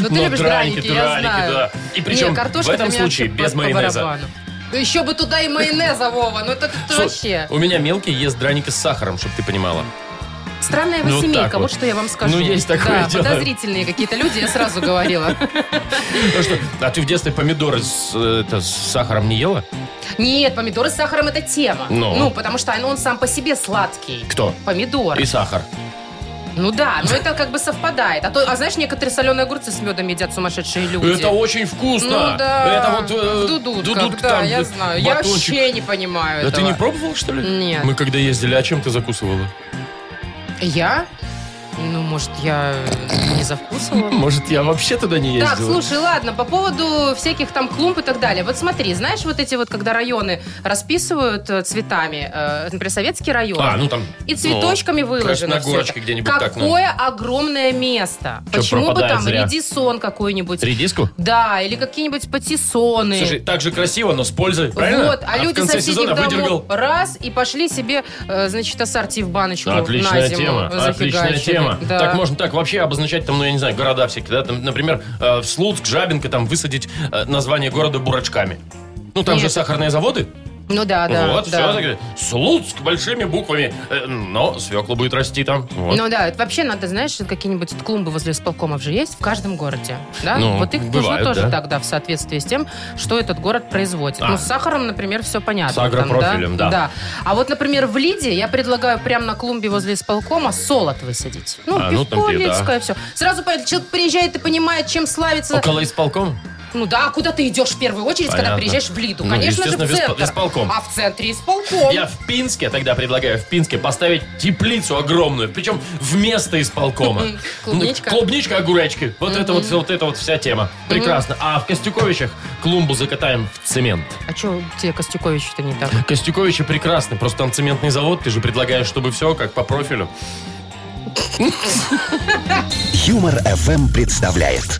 Ну, ты но любишь Ну, драники, драники, я драники, знаю. да. И причем Не, картошка в этом для меня случае вообще без по- по майонеза. барабану. Да еще бы туда и майонеза, Вова. Ну это ты Слушай, вообще. У меня мелкий ест драники с сахаром, чтобы ты понимала. Странная вы Ну, так семейка, вот. вот что я вам скажу. Ну, есть такое Да, дело. подозрительные какие-то люди, я сразу говорила. Потому что, а ты в детстве помидоры с, э, это, с сахаром не ела? Нет, помидоры с сахаром это тема. Ну. Ну, потому что он сам по себе сладкий. Кто? Помидор. И сахар. Ну да, но это как бы совпадает. А, то, а знаешь, некоторые соленые огурцы с медом едят сумасшедшие люди. Это очень вкусно. Ну да. Это вот э, В дудутках, дудук да, там, я э, знаю. Я батончик. вообще не понимаю Да ты этого. не пробовал, что ли? Нет. Мы когда ездили, а чем ты закусывала? Я? Ну, может, я не завкусывала? Может, я вообще туда не Так, слушай, ладно, по поводу всяких там клумб и так далее. Вот смотри, знаешь, вот эти вот, когда районы расписывают э, цветами, э, например, советский район, А, ну там... и цветочками ну, выложено На всё горочке это. где-нибудь так. ну. Какое огромное место. Чё, Почему бы пропадает там зря? редисон ну, какой-нибудь? Редиску? Да, или какие-нибудь патиссоны. Слушай, так же красиво, но с пользой, правильно? Вот, а, в люди конце сезона соседних домов выдергал. раз и пошли себе, э, значит, ассорти в баночку на Отличная зиму. тема, отличная зафигачили. тема. Да. Так можно так вообще обозначать там, ну я не знаю, города всякие, да, там, например, э, в Слуцк, Жабинка, там высадить э, название города бурачками. Ну там Нет. же сахарные заводы. Ну да, да. вот, все да. так. говорит. Слуцк большими буквами, Э, но свекла будет расти там. Вот. Ну да, это вообще надо, знаешь, какие-нибудь клумбы возле исполкомов же есть в каждом городе. Да? Ну, вот их бывает, нужно тоже да. тогда в соответствии с тем, что этот город производит. А. Ну, с сахаром, например, все понятно. С там, агропрофилем, да. да. А вот, например, в Лиде я предлагаю прямо на клумбе возле исполкома солод высадить. Ну, А, ну, там пивко пи- да. лидское, все. Сразу понятно, человек приезжает и понимает, чем славится. Около исполком? Ну да, куда ты идешь в первую очередь, когда А Понятно. приезжаешь в Лиду? Ну, Конечно же, в естественно, в испо- центр. исполком. А в центре исполком. Я в Пинске тогда предлагаю в Пинске поставить теплицу огромную, причем вместо исполкома. Мгм. Клубничка. Ну, Клубничка, огуречки. Вот это вот, вот это вот вся тема. Прекрасно. А в Костюковичах клумбу закатаем в цемент. А что тебе Костюкович-то не так? Костюковичи прекрасны, просто там цементный завод, ты же предлагаешь, чтобы все как по профилю. Юмор FM представляет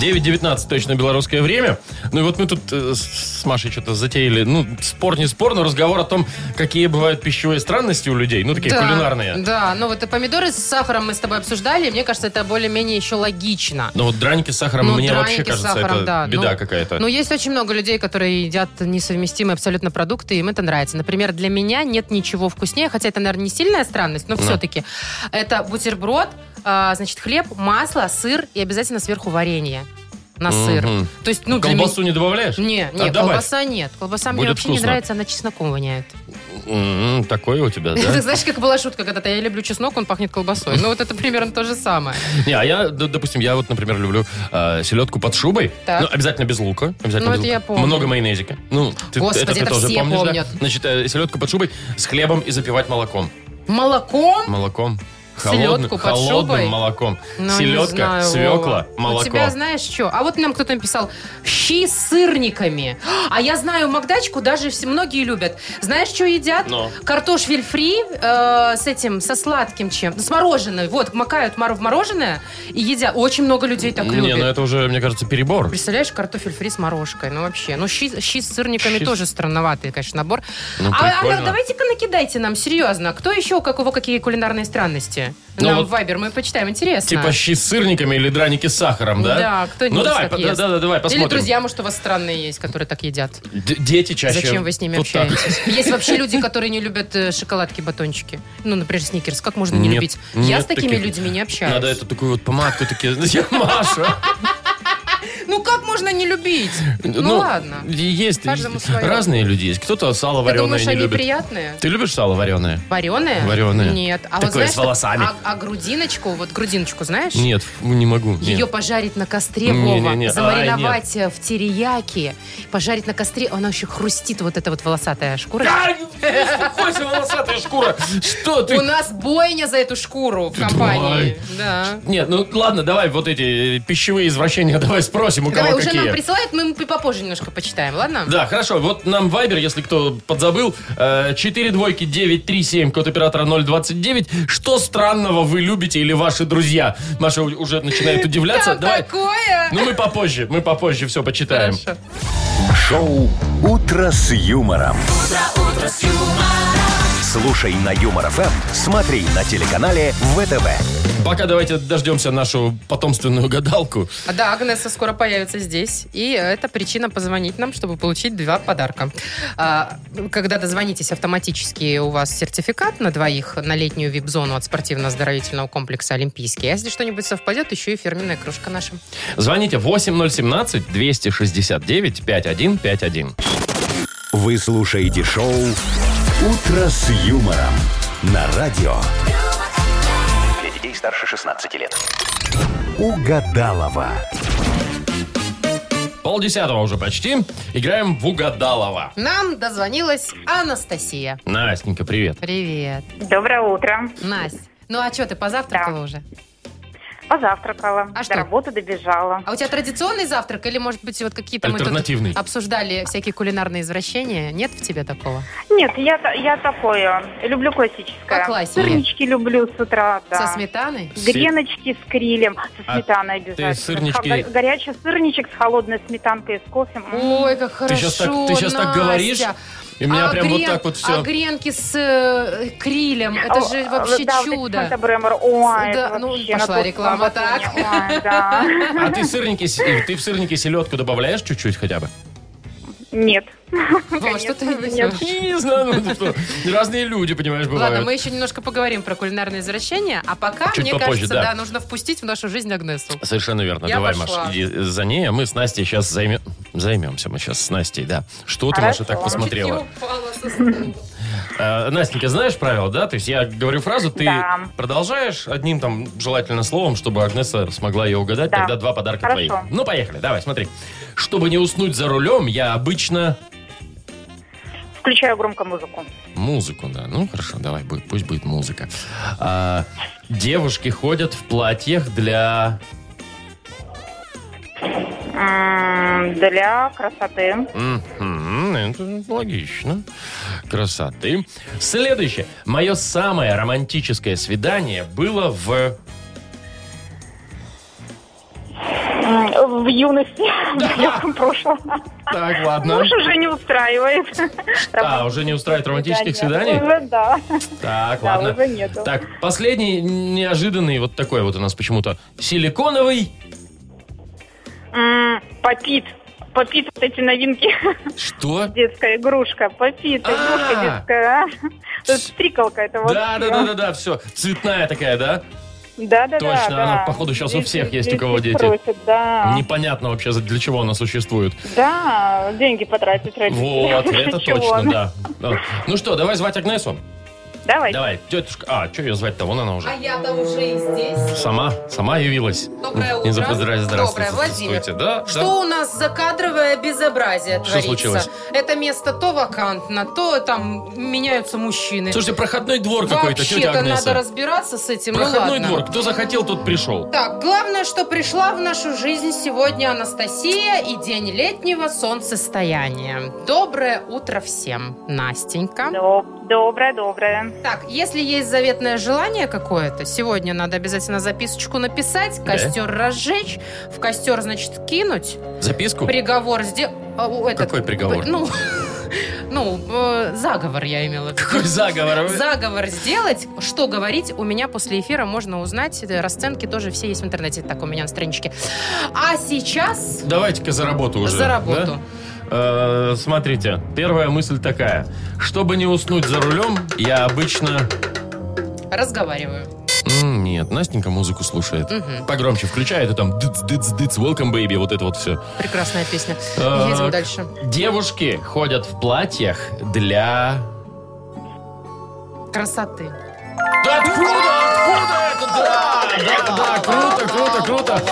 9.19 точно белорусское время. Ну и вот мы тут э, с с Машей что-то затеяли. Ну, спор не спор, но разговор о том, какие бывают пищевые странности у людей. Ну, такие да, кулинарные. Да, ну вот и помидоры с сахаром мы с тобой обсуждали, и мне кажется, это более-менее еще логично. Но вот драники с сахаром, Ну, мне драники вообще с кажется, сахаром, это да, беда ну, какая-то. Но есть очень много людей, которые едят несовместимые абсолютно продукты, и им это нравится. Например, для меня нет ничего вкуснее, хотя это, наверное, не сильная странность, но все-таки. Это бутерброд, а, значит, хлеб, масло, сыр и обязательно сверху варенье на сыр. Мгм. То есть, ну, для Колбасу не добавляешь? меня- Не, не, А, добавь. колбаса нет. Колбаса мне Будет вообще не вкусно. нравится, она чесноком воняет. М, М-м, Такое у тебя, Ты да? *laughs* знаешь, как была шутка когда-то, я люблю чеснок, он пахнет колбасой. Ну вот это примерно то же самое. Не, а я, д- допустим, я вот, например, люблю э, селедку под шубой. Так. Ну, обязательно без лука. Обязательно Ну, без это я лука. помню. Много майонезика. Ну, ты- Господи, это ты это тоже все помнишь, помнят. да? Значит, э, селедку под шубой с хлебом и запивать молоком. Молоком? Молоком. Холодным, Селедку под холодным шубой? молоком. Ну, не Селедка, знаю, свекла, Вова. молоко. У тебя знаешь что? А вот нам кто-то написал щи с сырниками. А я знаю, Макдачку даже все многие любят. Знаешь, что едят? Но. Картошфель фри э, с этим, со сладким чем? С мороженым. Вот, макают мор- в мороженое и едят. Очень много людей так Не, любят. ну это уже, мне кажется, перебор. Представляешь, картофель фри с морожкой. Ну, вообще. Ну, щи, щи с сырниками Щи с- тоже странноватый, конечно, набор. Ну, а, а, прикольно. давайте-ка накидайте нам, серьезно. Кто еще, у кого какие кулинарные странности? Ну, нам вот- в Вайбер, мы почитаем, интересно. Типа щи с сырниками или драники с сахаром, да? Да, кто-нибудь Ну давай, так по- да, ест. да, да, давай, посмотрим. Или друзья, может, у вас странные есть, которые так едят. Д- дети чаще. Зачем вы с ними вот так. общаетесь? Есть вообще люди, которые не любят э, шоколадки, батончики. Ну, например, сникерс. Как можно не Нет, любить? Я нет с такими таких. людьми не общаюсь. Надо эту такую вот помадку, такие, я Маша. Ну как можно не любить? Ну, ладно. и Есть Каждому и- своё. разные люди есть. Кто-то сало Ты вареное думаешь, не они любит. приятные? Ты любишь сало вареное? Вареные? Вареные. Нет. А Такое вот знаешь, с волосами. А, а грудиночку, вот грудиночку, знаешь? Нет, ну, не могу. нет. *laughs* Ее пожарить на костре, Не-не-не. Вова, Ай, нет. замариновать э, в терияки, пожарить на костре, она еще хрустит, вот эта вот волосатая шкура. Ай, успокойся, волосатая шкура. Что У ты? нас бойня за эту шкуру в компании. Да. Нет, ну ладно, давай вот эти э, пищевые извращения *laughs* давай спросим, у Давай кого уже нам какие. присылают, мы попозже немножко почитаем, ладно? Да, хорошо. Вот нам Вайбер, если кто подзабыл, э, 4 двойки 937, код оператора 029. Что странного вы любите или ваши друзья? Маша у- уже начинает удивляться. Там Давай. такое! Ну мы попозже, мы попозже все почитаем. Хорошо. Шоу «Утро с юмором». Слушай на Юмор ФМ, смотри на телеканале ВТВ. Пока давайте дождемся нашу потомственную гадалку. А, Да, Агнеса скоро появится здесь. И это причина позвонить нам, чтобы получить два подарка. А, Когда дозвонитесь, автоматически у вас сертификат на двоих на летнюю вип-зону от спортивно-оздоровительного комплекса «Олимпийский». А если что-нибудь совпадет, еще и фирменная кружка наша. Звоните 8017-269-5151. Вы слушаете шоу «Утро с юмором» на радио Для детей старше 16 лет. Угадалова. Полдесятого уже почти. Играем в угадалово. Нам дозвонилась Анастасия. Настенька, привет. Привет. Доброе утро. Настя, ну а что, ты позавтракала уже? Позавтракала. А что? До работы добежала. А у тебя традиционный завтрак или, может быть, вот какие-то... мы тут Альтернативный. обсуждали всякие кулинарные извращения. Нет в тебе такого? Нет, я, та- я такое. Люблю классическое. По классике. Сырнички люблю с утра, да. Со сметаной? Греночки с крилем, со А сметаной обязательно. сырнички- Хо- го- Горячий сырничек с холодной сметанкой и с кофе. М. Ой, как хорошо, Ты сейчас так, ты щас так Настя. говоришь, и у меня А прям вот грен- так вот все. А гренки с э, крилем, это О, же вообще да, А вот эти чудо. Санта-Бремор. Ой, Да, это ну, вообще пошла на тот реклама, слава так. Богу. Ой, да. *laughs* А ты, сырники, с- э, ты в сырники селедку добавляешь чуть-чуть хотя бы? Нет. Во, что ты Конечно, несешь? Не знаю, ну ты что, разные люди, понимаешь, Ладно, мы бывают. еще немножко поговорим про кулинарные извращения, а пока, Чуть мне попозже, кажется, да. да, нужно впустить в нашу жизнь Агнесу. Совершенно верно. Я Давай, пошла. Маш, иди за ней, а мы с Настей сейчас займем... займемся. Мы сейчас с Настей, да. Что ты, Маша, Хорошо. так посмотрела? Чуть не упала со стула. Э, Настенька, знаешь правила, да? То есть я говорю фразу, ты Да. продолжаешь одним там желательно словом, чтобы Агнеса смогла ее угадать, Да. тогда два подарка Хорошо. твои. Ну, поехали, давай, смотри. Чтобы не уснуть за рулем, я обычно... Включаю громко музыку. Музыку, да. Ну, хорошо, давай, будет, пусть будет музыка. А, девушки ходят в платьях для... М, Для красоты. Мгм, это логично. Красоты. Следующее. Мое самое романтическое свидание было в... М, В юности, *laughs* в Ну? далеком прошлом. Так, ладно. Муж уже не устраивает. Ну? А, уже не устраивает романтических свиданий? Уже да. Так, Да, ладно. уже нету. Так, последний неожиданный вот такой вот у нас почему-то. Силиконовый. М, Попит. Попит вот эти новинки. *laughs* Что? Детская игрушка. Попит. А. Игрушка детская. а. Тут стрикалка это вот. Да, да, да, да, да, все. Цветная такая, да? Да, да, Точно, да, она, да. походу, сейчас у всех есть, у кого здесь дети. просят, да. Непонятно вообще, за- для чего она существует. Да, деньги потратить родители. *laughs* Вот, это Чего? точно, да. Вот. Ну что, давай звать Агнесу. Давай. Давай, тетушка. А, что ее звать-то? Вон она уже. А я-то уже и здесь. Сама, сама явилась. Доброе утро. Не запоздра- здравствуйте. Доброе, Владимир. здравствуйте. Да, Что да. у нас за кадровое безобразие творится? случилось? Это место то вакантно, то там меняются мужчины. Слушайте, проходной двор какой-то, тетя Вообще-то надо Агнеса. разбираться с этим. ну Проходной ладно. двор. Кто захотел, тот пришел. Так, главное, что пришла в нашу жизнь сегодня Анастасия и день летнего солнцестояния. Доброе утро всем, Настенька. Доб- Доброе, доброе. Так, если есть заветное желание какое-то, сегодня надо обязательно записочку написать, Да. костер разжечь, в костер, значит, кинуть, Записку? приговор сделать. Какой приговор? Ну, *laughs* ну, э, заговор я имела в виду. Какой заговор? Заговор сделать. Что говорить у меня после эфира, можно узнать. Э, Расценки тоже все есть в интернете. Так, у меня на страничке. А сейчас... Давайте-ка за работу уже. За работу. да? Э, смотрите, первая мысль такая. Чтобы не уснуть за рулем, я обычно... Разговариваю. м, М, Нет, Настенька музыку слушает. Погромче включает, и там дыц-дыц-дыц, welcome baby, вот это вот все. Прекрасная песня. Так. Едем дальше. Девушки ходят в платьях для... Красоты. Да откуда, откуда это? Да, да, да, круто, круто, круто.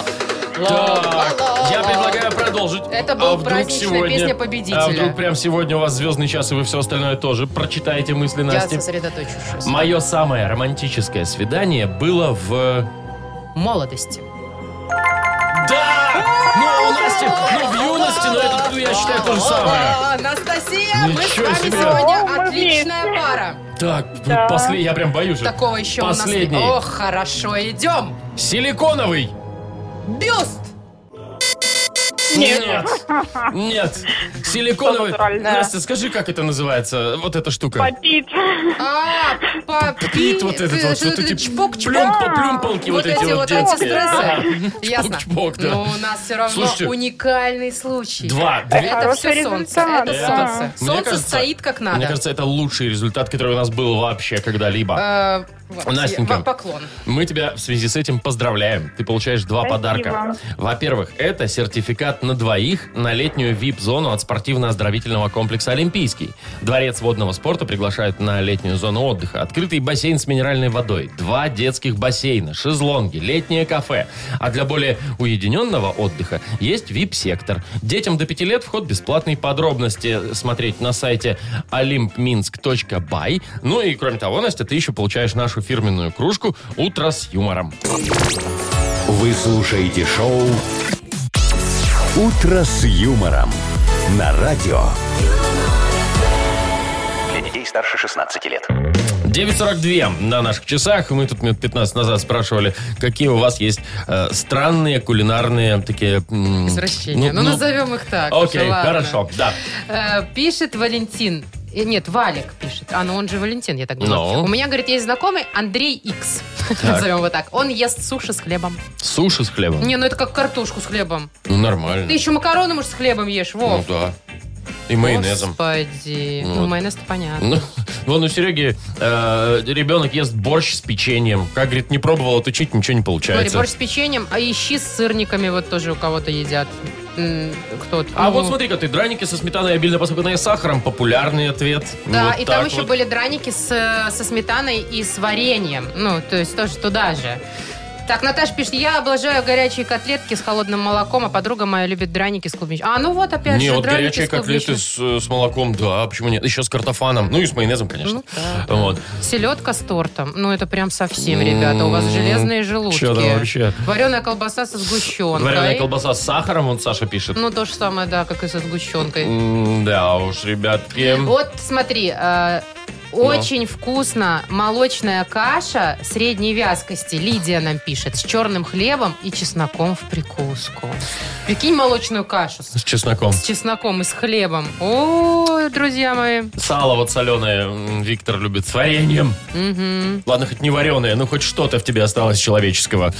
Так, я предлагаю продолжить. А Это был вдруг праздничная песня победителя. А вдруг прям сегодня у вас звездный час, и вы все остальное тоже прочитаете мысли Я Насти. сосредоточившись. Мое самое романтическое свидание было в... Молодости. Да! Ну, у Насти, ну, в юности, но это, ну, я считаю, то же самое. О, Анастасия, мы с Ничего вами себе. сегодня О, мы отличная вместе. пара. Так, после, я прям боюсь. же. Такого еще Последний. у нас нет. Ох, хорошо, идем. Силиконовый! Бюст. Нет. Нет. Силиконовый. Натуральная. Настя, скажи, как это называется, вот эта штука? Попит. А, Пит попит. вот этот вот, типа что эти Чпок, плюм- чпок. плюмпалки вот эти вот детские. Ага. антистрессы. Ясно. Ну, Чпок-чпок, да. Но у нас все равно Слушайте, уникальный случай. Два. две- Это Хороший все солнце. результат, Это да. солнце. Мне Солнце кажется- стоит как Мне надо. кажется, это лучший результат, который у нас был вообще когда-либо. Э, вот, Настенька. вам Поклон. Мы тебя в связи с этим поздравляем. Ты получаешь два Спасибо. подарка. Во-первых, это сертификат на двоих на летнюю VIP-зону от спортивно-оздоровительного комплекса «Олимпийский». Дворец водного спорта приглашают на летнюю зону отдыха. Открытый бассейн с минеральной водой, два детских бассейна, шезлонги, летнее кафе. А для более уединенного отдыха есть VIP-сектор. Детям до 5 лет вход бесплатный. Подробности смотреть на сайте olympminsk.by. Ну и кроме того, Настя, ты еще получаешь нашу фирменную кружку «Утро с юмором». Вы слушаете шоу «Утро с юмором» на радио. Для детей старше 16 лет. 9.42 на наших часах. Мы тут минут 15 назад спрашивали, какие у вас есть э, странные кулинарные такие... м, Извращения. Ну, назовем их так. Окей, уже, ладно. хорошо, да. Э, Пишет Валентин. Э, Нет, Валик пишет. А, ну он же Валентин, я так думаю. Ну. У меня, говорит, есть знакомый Андрей Икс. *laughs* Назовем его так. Он ест суши с хлебом. Суши с хлебом. Не, ну это как картошку с хлебом. Ну, нормально. Ты еще макароны, может, с хлебом ешь, Ну, Вов. да. И майонезом. Господи. Ну, Ну, вот. майонез-то понятно. Ну, вон у Сереги э, ребенок ест борщ с печеньем. Как, говорит, не пробовал отучить, ничего не Смотри, получается. борщ с печеньем, а ищи с сырниками вот тоже у кого-то едят. М, Кто-то. А Ну, вот смотри-ка ты, драники со сметаной, обильно посыпанные сахаром. Популярный ответ. Да, Ну, Вот и там так еще вот. были драники с, э, со сметаной и с вареньем. Ну, то есть тоже туда же. Так, Наташа пишет, я облажаю горячие котлетки с холодным молоком, а подруга моя любит драники с клубничкой. А, ну вот опять Не, же, вот драники горячие с котлеты клубничным. с, э, с молоком, да, почему нет? Еще с картофаном, ну и с майонезом, конечно. Ну да, да. Вот. Селедка с тортом. Ну, это прям совсем, ребята, у вас железные желудки. Чё там вообще? Вареная колбаса со сгущенкой. Вареная колбаса с сахаром, вот Саша пишет. Ну, то же самое, да, как и со сгущенкой. М, Да уж, ребятки. Вот смотри, э, очень вкусно молочная каша средней вязкости. Лидия нам пишет. С черным хлебом и чесноком в прикуску. Прикинь молочную кашу с, С чесноком. с чесноком и с хлебом. Ой, друзья мои. Сало вот соленое м, Виктор любит с вареньем. Мгм. Ладно, хоть не вареное, но хоть что-то в тебе осталось человеческого.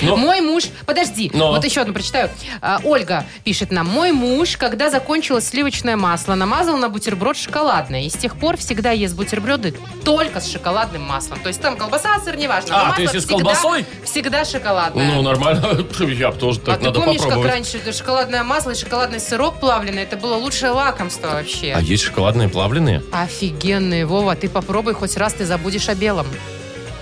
Ну, Но- Мой муж... Подожди, Но. вот еще одну прочитаю. А, Ольга пишет нам. Мой муж, когда закончилось сливочное масло, намазал на бутерброд шоколадное. И с тех пор всегда ест бутерброды только с шоколадным маслом. То есть там колбаса, сыр, неважно. но А, масло то есть и с всегда- колбасой? Всегда шоколадное. Ну, нормально. *laughs* Я бы тоже а так ты надо помнишь, как попробовать. раньше это шоколадное масло и шоколадный сырок плавленый? Это было лучшее лакомство вообще. А есть шоколадные плавленые? Офигенные, Вова. Ты попробуй хоть раз, ты забудешь о белом.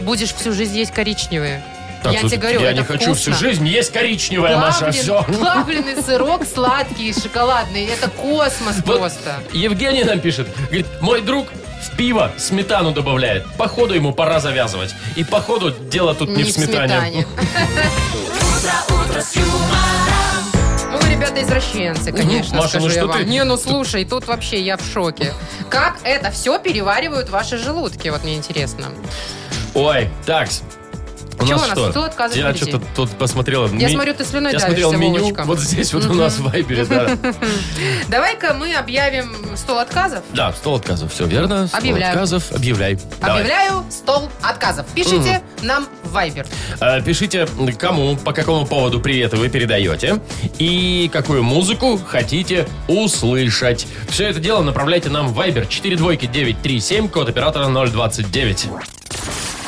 Будешь всю жизнь есть коричневые. Так, я слушай, тебе говорю, я это не хочу всю вкусно. жизнь есть коричневая, Маша, Плавлен- все. Плавленый сырок сладкий, шоколадный. Это космос Вот просто. Евгений нам пишет, говорит, мой друг в пиво сметану добавляет. Походу ему пора завязывать. И походу дело тут не, в сметане. Ну, вы, ребята, извращенцы, конечно, Маша, скажу ну я что вам. ты? Не, ну слушай, тут вообще я в шоке. Как это все переваривают ваши желудки, вот мне интересно. *laughs* Ой, так. У Чего нас у нас? что? Кто отказывает Я впереди? что-то тут посмотрела. Я смотрю, ты слюной Я давишься, смотрел меню, Вовочка. вот здесь вот у нас в Вайбере, *laughs* да. Давай-ка мы объявим стол отказов. Да, стол отказов, все верно. Стол Объявляю. отказов, объявляй. Давай. Объявляю стол отказов. Пишите нам в Viber. Э, Пишите, кому, по какому поводу приветы вы передаете и какую музыку хотите услышать. Все это дело направляйте нам в Viber 42937, код оператора 029.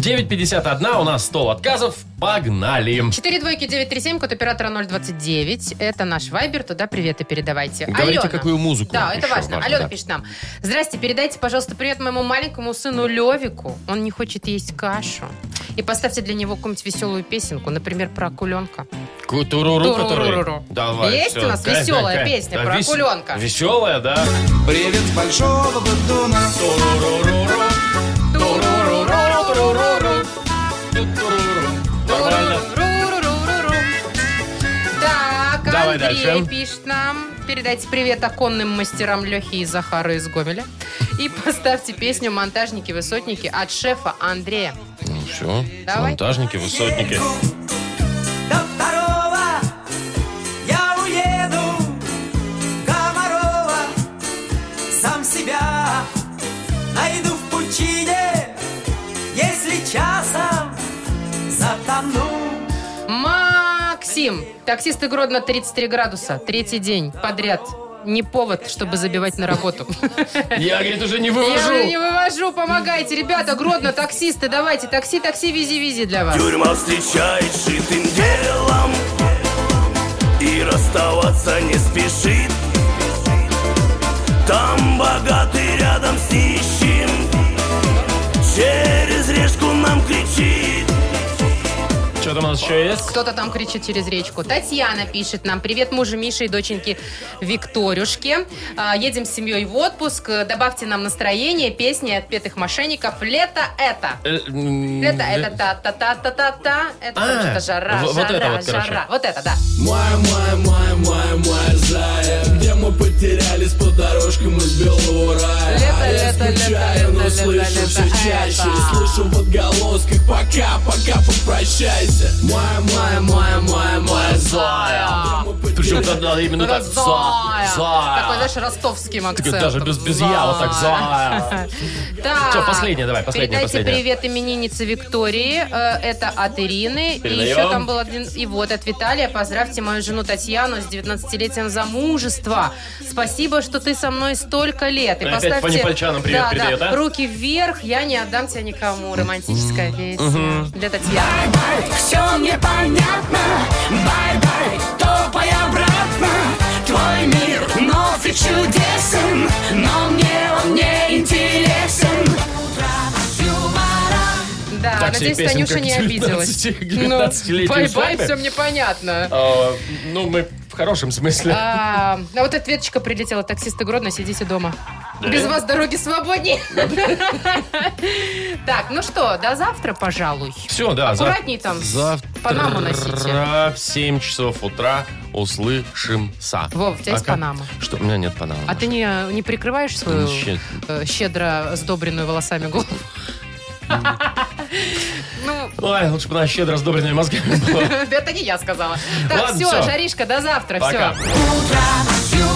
9.51, у нас стол отказов. Погнали. 4 двойки 937, код оператора 029. Это наш вайбер, туда приветы передавайте. Говорите, Алена. какую музыку Да, еще это важно. важно, Алена да. пишет нам. Здрасте, передайте, пожалуйста, привет моему маленькому сыну Левику. Он не хочет есть кашу. И поставьте для него какую-нибудь веселую песенку, например, про акуленка. Туруру, который... Туруру. Давай, Есть всё. у нас Кайф, веселая кайф, кайф. песня Да, про вес- акуленка. Веселая, да. Привет с большого бадуна. Туруру. Туруру, туруру. Туруру. Нормально. Ру-ру-ру-ру-ру. Так, Давай Андрей дальше. пишет нам. Передайте привет оконным мастерам Лехе и Захару из Гомеля. И поставьте песню «Монтажники-высотники» от шефа Андрея. Ну, все. Давай. Монтажники, высотники. До второго я уеду. Комарова сам себя найду в пучине, если часом затону. Максим, таксисты Гродно 33 градуса. Третий день подряд. Не повод, чтобы забивать на работу. Я, говорит, уже не Я уже не вывожу. вывожу, помогайте. Ребята, Гродно, таксисты, давайте. Такси, такси, вези, вези для вас. Тюрьма встречает шитым делом И расставаться не спешит Там богатый рядом с нищим Через решку нам кричит Что там у нас еще есть? Кто-то там кричит через речку. Татьяна пишет нам. Привет мужу Мише и доченьке Викторюшке. А, Едем с семьей в отпуск. Добавьте нам настроение, песни от петых мошенников. Лето это. Э, м, э, Лето это та-та-та-та-та-та. Это А, потому что жара, в- вот это жара, вот, короче. жара. Вот это, да. Май, май, май, май, май, зая Где мы потерялись по дорожкам из белого рая Лето, А я лето, лето, скучаю, но лето, лето, слышу все лето, чаще это. Слышу в отголосках пока, пока попрощайся Май, май, май, май, май, зая Где мы Причем да, именно так. Зая. за- за. Такой, знаешь, ростовским Такой акцентом. даже без, без я, вот так *laughs* за. Так. Всё, последнее давай, последнее, Передайте последнее. привет имениннице Виктории. Э, Это от Ирины. И Передаем. еще там был один... И вот от Виталия. Поздравьте мою жену Татьяну с 19-летием замужества. Спасибо, что ты со мной столько лет. И Опять Фанни Пальчанам привет да, передает, да. а? Руки вверх, я не отдам тебя никому. Романтическая песня для Татьяны. Все мне понятно, бай-бай, топай обратно Твой мир вновь и чудесен, но мне он не интересен Да, Так себе надеюсь, песенка Танюша к не обиделась. 19 Ну, 19-летней Бай-бай, свадьбе. все мне понятно. Э, Ну, мы в хорошем смысле. А а вот ответочка прилетела. Таксисты Гродно, сидите дома. Да. Без вас дороги свободнее. Так, ну что, до завтра, пожалуй. Все, да. зав- Аккуратней там. Завтра Панаму носите. в 7 часов утра услышимся. Вов, у тебя есть Пока. Панама? Что? У меня нет Панамы. А ты не, не прикрываешь свою Щед- э, щедро сдобренную волосами голову? Ну, *laughs* Ой, лучше бы она щедро сдобренными мозгами была. это не я сказала. Так, Ладно, все, всё. Жаришка, до завтра. Пока. Все. Утро с юмором.